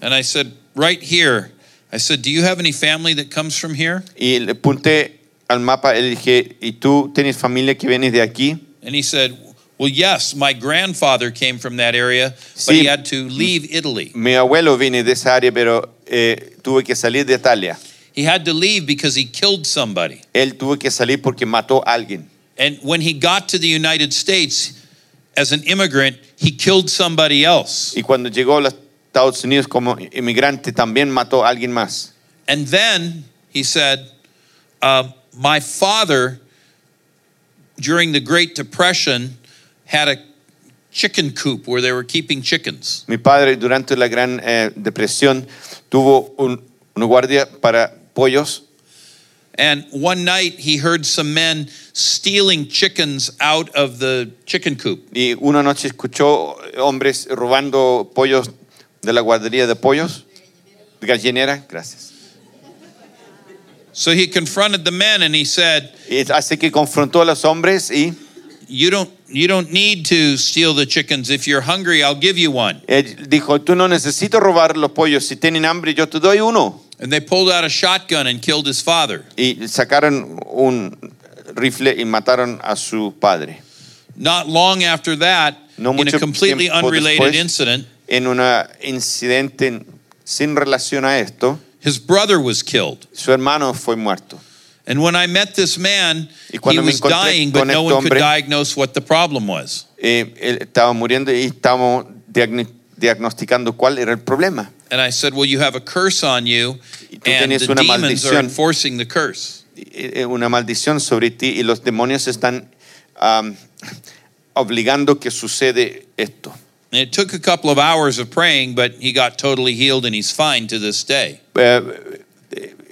Speaker 1: And I said, right here. I said, Do you have any family that comes from here?
Speaker 2: Y le apunté al mapa, le dije, ¿y tú tienes familia que vienes de aquí?
Speaker 1: And he said, Well, yes, my grandfather came from that area, but
Speaker 2: Sí.
Speaker 1: he had to leave Italy.
Speaker 2: Mi abuelo viene de esa área, pero eh, tuve que salir de Italia.
Speaker 1: He had to leave because he killed somebody.
Speaker 2: Él tuvo que salir porque mató a alguien.
Speaker 1: And when he got to the United States as an immigrant, he killed somebody else.
Speaker 2: Y cuando llegó a los Estados Unidos como inmigrante, también mató a alguien más.
Speaker 1: And then he said, uh, My father, during the Great Depression, had a chicken coop where they were keeping chickens.
Speaker 2: Mi padre durante la Gran eh, Depresión tuvo un, una guardia para pollos
Speaker 1: And one night he heard some men stealing chickens out of the chicken coop.
Speaker 2: y una noche escuchó hombres robando pollos de la guardería de pollos, gallinera, gracias.
Speaker 1: So he confronted the men and he said,
Speaker 2: Y así que confrontó a los hombres y
Speaker 1: You don't, you don't need to steal the chickens. If you're hungry, I'll give you one.
Speaker 2: él dijo, tú no necesitas robar los pollos, si tienen hambre yo te doy uno.
Speaker 1: And they pulled out a shotgun and killed his father.
Speaker 2: Y sacaron un rifle y mataron a su padre.
Speaker 1: Not long after that,
Speaker 2: No
Speaker 1: in a
Speaker 2: mucho
Speaker 1: completely
Speaker 2: tiempo
Speaker 1: unrelated
Speaker 2: después.
Speaker 1: incident,
Speaker 2: En un incidente en- sin relación a esto,
Speaker 1: his brother was killed.
Speaker 2: su hermano fue muerto.
Speaker 1: And when I met this man,
Speaker 2: Y
Speaker 1: he
Speaker 2: cuando me
Speaker 1: was
Speaker 2: encontré
Speaker 1: dying, but
Speaker 2: con
Speaker 1: no
Speaker 2: este
Speaker 1: one could
Speaker 2: hombre-
Speaker 1: diagnose what the problem was.
Speaker 2: Eh, él estaba muriendo y estábamos diagni- diagnosticando cuál era el problema.
Speaker 1: And I said, Well, you have a curse on you,
Speaker 2: Y tú
Speaker 1: and the
Speaker 2: tienes una
Speaker 1: demons are
Speaker 2: maldición.
Speaker 1: enforcing the curse.
Speaker 2: Eh, eh, Una maldición sobre ti y los demonios están am, obligando que sucede esto.
Speaker 1: And it took a couple of hours of praying, but he got totally healed and he's fine to this day.
Speaker 2: Eh, eh,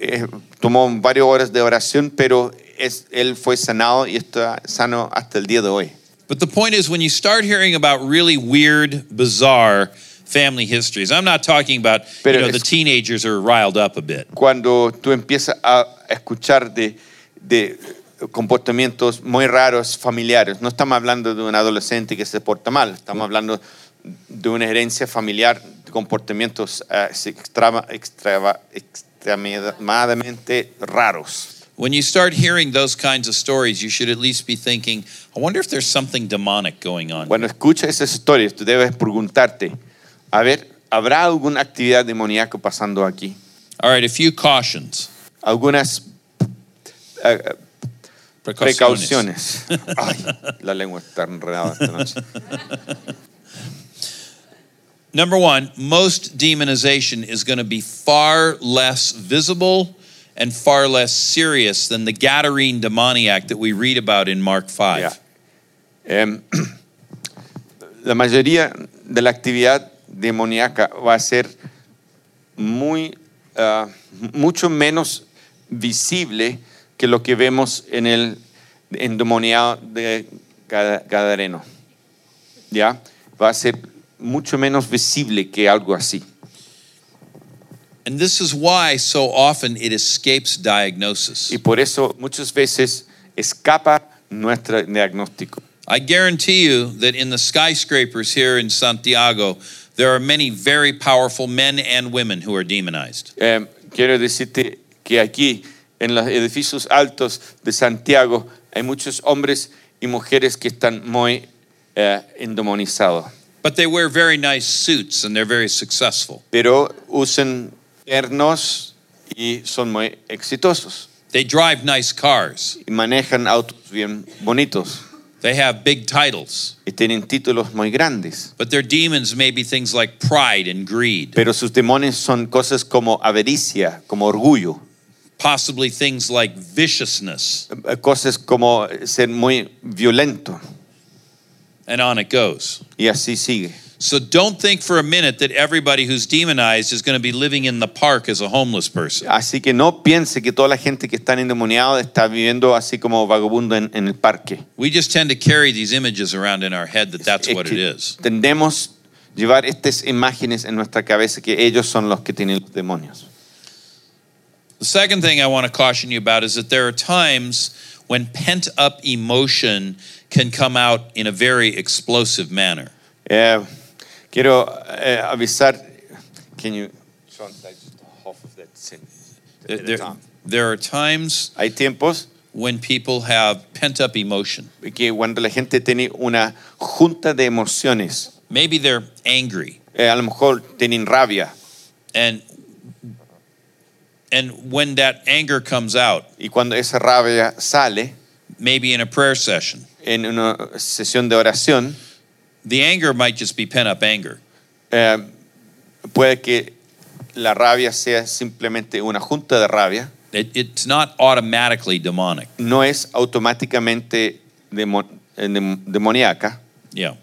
Speaker 2: eh, tomó varias horas de oración, pero es- él fue sanado y está sano hasta el día de hoy.
Speaker 1: But the point is, when you start hearing about really weird, bizarre family histories, I'm not talking about,
Speaker 2: Pero
Speaker 1: you know,
Speaker 2: es-
Speaker 1: the teenagers are riled up a bit.
Speaker 2: Cuando tú empiezas a escuchar de, de comportamientos muy raros familiares, no estamos hablando de un adolescente que se porta mal, estamos hablando de una herencia familiar de comportamientos eh, extrema- extrema- extremadamente raros.
Speaker 1: When you start hearing those kinds of stories, you should at least be thinking, I wonder if there's something demonic going on.
Speaker 2: Cuando escuchas esas historias, tú debes preguntarte, a ver, ¿habrá alguna actividad demoníaca pasando aquí?
Speaker 1: All right, a few cautions.
Speaker 2: Algunas eh,
Speaker 1: Precauciones.
Speaker 2: precauciones. Ay, la lengua está enredada esta noche.
Speaker 1: Number one, most demonization is going to be far less visible and far less serious than the Gadarene demoniac that we read about in Mark 5.
Speaker 2: Ya. Em, la mayoría de la actividad demoníaca va a ser muy, ah, mucho menos visible que lo que vemos en el endemoniado de Gada- Gadareno. ¿Ya? Va a ser mucho menos visible que algo así.
Speaker 1: And this is why so often it escapes diagnosis.
Speaker 2: Y por eso muchas veces escapa nuestro diagnóstico.
Speaker 1: I guarantee you that in the skyscrapers here in Santiago, there are many very powerful men and women who are demonized.
Speaker 2: Eh, quiero decirte que aquí, en los edificios altos de Santiago, hay muchos hombres y mujeres que están muy eh, endemonizados,
Speaker 1: But they wear very nice suits and they're very successful.
Speaker 2: pero usan ternos y son muy exitosos.
Speaker 1: They drive nice cars.
Speaker 2: Y manejan autos bien bonitos
Speaker 1: They have big titles.
Speaker 2: y tienen títulos muy grandes.
Speaker 1: But their demons may be things like pride and greed,
Speaker 2: Pero sus demonios son cosas como avaricia, como orgullo,
Speaker 1: possibly things like viciousness,
Speaker 2: eh, cosas como ser muy violento.
Speaker 1: and on it goes.
Speaker 2: Y así sigue.
Speaker 1: So don't think for a minute that everybody who's demonized is going to be living in the park as a homeless person.
Speaker 2: Así que no piense que toda la gente que está endemoniada está viviendo así como vagabundo en, en el parque.
Speaker 1: We just tend to carry these images around in our head that that's
Speaker 2: Es
Speaker 1: what
Speaker 2: que
Speaker 1: it is.
Speaker 2: Tendemos llevar estas imágenes en nuestra cabeza que ellos son los que tienen los demonios.
Speaker 1: The second thing I want to caution you about is that there are times when pent up emotion can come out in a very explosive manner.
Speaker 2: Eh, quiero eh, avisar. Can you- Sean, I just half of that sin
Speaker 1: Eh, There,
Speaker 2: at a
Speaker 1: there-
Speaker 2: time.
Speaker 1: there are times
Speaker 2: Hay tiempos
Speaker 1: when people have pent up emotion.
Speaker 2: que cuando la gente tiene una junta de emociones,
Speaker 1: Maybe they're angry.
Speaker 2: eh, a lo mejor tienen rabia,
Speaker 1: And, and when that anger comes out,
Speaker 2: y cuando esa rabia sale
Speaker 1: maybe in a prayer session,
Speaker 2: en una sesión de oración,
Speaker 1: the anger might just be pent up anger.
Speaker 2: eh, puede que la rabia sea simplemente una junta de rabia,
Speaker 1: It, it's not automatically demonic.
Speaker 2: no es automáticamente demo- eh, dem- demoníaca.
Speaker 1: Yeah.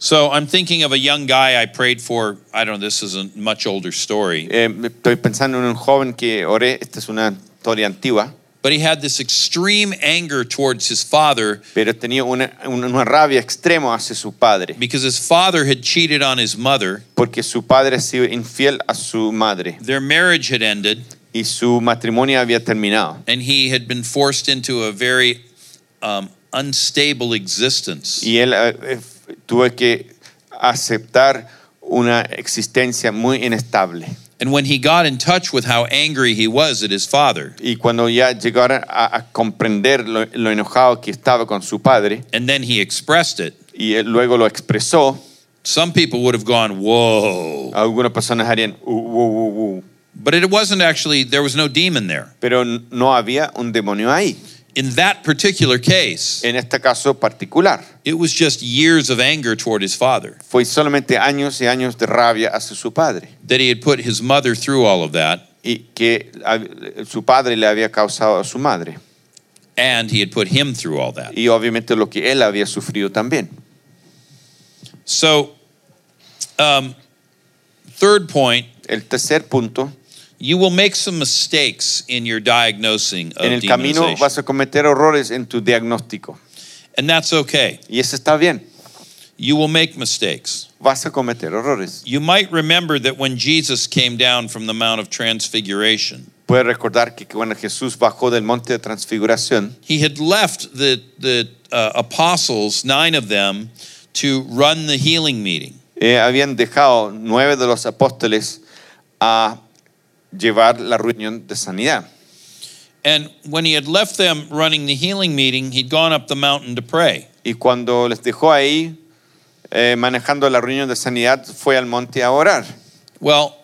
Speaker 1: So I'm thinking of a young guy I prayed for. I don't know, this is a much older story,
Speaker 2: Eh, estoy pensando en un joven que oré, esta es una historia antigua,
Speaker 1: but he had this extreme anger towards his father
Speaker 2: pero tenía una, una- una rabia extrema hacia su padre,
Speaker 1: because his father had cheated on his mother.
Speaker 2: porque su padre ha sido infiel a su madre
Speaker 1: Their marriage had ended,
Speaker 2: y su matrimonio había terminado.
Speaker 1: and he had been forced into a very um, unstable existence.
Speaker 2: Y él eh, eh, tuvo que aceptar una existencia muy inestable.
Speaker 1: And when he got in touch with how angry he was at his father,
Speaker 2: Y cuando ya llegaron a, a comprender lo, lo enojado que estaba con su padre,
Speaker 1: and then he expressed it,
Speaker 2: y él luego lo expresó,
Speaker 1: some people would have gone, Whoa.
Speaker 2: algunas personas harían, "Uh, uh, uh, uh".
Speaker 1: But it wasn't actually, there was no demon there.
Speaker 2: pero n- no había un demonio ahí.
Speaker 1: In that particular case,
Speaker 2: En este caso particular,
Speaker 1: it was just years of anger toward his father
Speaker 2: fue solamente años y años de rabia hacia su padre
Speaker 1: that he had put his mother through all of that,
Speaker 2: y que hab- su padre le había causado a su madre
Speaker 1: and he had put him through all that.
Speaker 2: y obviamente lo que él había sufrido también.
Speaker 1: So, um, third point,
Speaker 2: El tercer punto,
Speaker 1: you will make some mistakes in your diagnosing of
Speaker 2: en el camino
Speaker 1: demonization.
Speaker 2: vas a cometer errores en tu diagnóstico
Speaker 1: and that's okay.
Speaker 2: y eso está bien,
Speaker 1: You will make mistakes.
Speaker 2: vas a cometer errores.
Speaker 1: You might remember that when Jesus came down from the Mount of Transfiguration,
Speaker 2: Puedes recordar que cuando Jesús bajó del monte de transfiguración,
Speaker 1: he had left the, the uh, apostles, nine of them, to run the healing meeting.
Speaker 2: eh, habían dejado nueve de los apóstoles a llevar la reunión de sanidad.
Speaker 1: And when he had left them running the healing meeting, he'd gone up the mountain to pray.
Speaker 2: Y cuando les dejó ahí, eh, manejando la reunión de sanidad, fue al monte a orar.
Speaker 1: Well,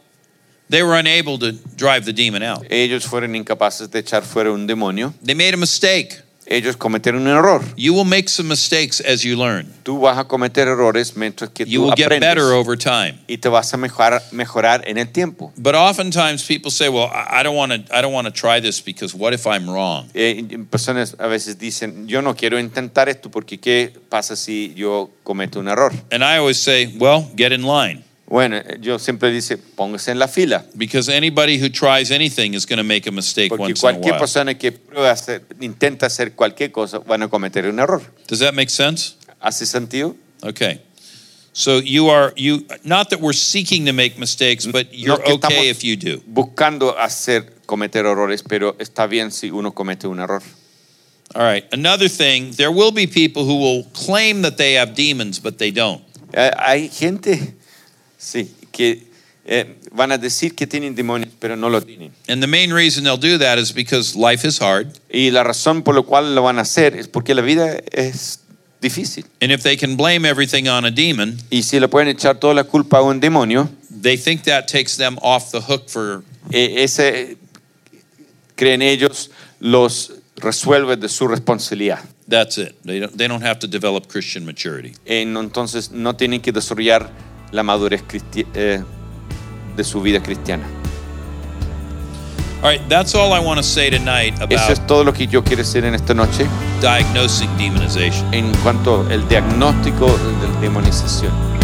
Speaker 1: they were unable to drive the demon out.
Speaker 2: Ellos fueron incapaces de echar fuera un demonio.
Speaker 1: They made a mistake.
Speaker 2: Ellos cometieron un error.
Speaker 1: You will make some mistakes as you learn.
Speaker 2: Tú vas a cometer errores mientras que
Speaker 1: You
Speaker 2: tú
Speaker 1: will get better
Speaker 2: aprendes.
Speaker 1: over time.
Speaker 2: Y te vas a mejorar, mejorar en el tiempo.
Speaker 1: But oftentimes people say, "Well, I I don't want to. I don't want to try this because what if I'm wrong?"
Speaker 2: Eh, y personas a veces dicen, yo no quiero intentar esto porque ¿qué pasa si yo cometo un error?
Speaker 1: And I always say, well, get in line.
Speaker 2: Bueno, eh, yo siempre dice, póngase en la fila.
Speaker 1: Because anybody who tries anything is going to make a mistake
Speaker 2: Porque
Speaker 1: once in a
Speaker 2: cualquier
Speaker 1: while.
Speaker 2: persona que prueba hacer- intenta hacer cualquier cosa van a cometer un error.
Speaker 1: Does that make sense?
Speaker 2: ¿Hace sentido?
Speaker 1: Okay. So you are you not that we're seeking to make mistakes, but you're
Speaker 2: que estamos-
Speaker 1: okay if you do.
Speaker 2: buscando hacer cometer errores, pero está bien si uno comete un error.
Speaker 1: All right. Another thing, there will be people who will claim that they have demons, but they don't.
Speaker 2: Eh, Hay gente, sí, que eh, van a decir que tienen demonios, pero no lo tienen.
Speaker 1: And the main reason they'll do that is because life is hard,
Speaker 2: Y la razón por la cual lo van a hacer es porque la vida es difícil.
Speaker 1: and if they can blame everything on a demon,
Speaker 2: Y si le pueden echar toda la culpa a un demonio,
Speaker 1: they think that takes them off the hook for
Speaker 2: eh, ese, creen ellos, los resuelve de su responsabilidad.
Speaker 1: that's it. They don't they don't have to develop Christian maturity.
Speaker 2: Eh, no- entonces no tienen que desarrollar la madurez cristi- eh, de su vida cristiana.
Speaker 1: All right, that's all I want to say tonight
Speaker 2: Eso
Speaker 1: about
Speaker 2: es todo lo que yo quiero decir en esta noche
Speaker 1: diagnosing demonization.
Speaker 2: en cuanto al diagnóstico de la demonización.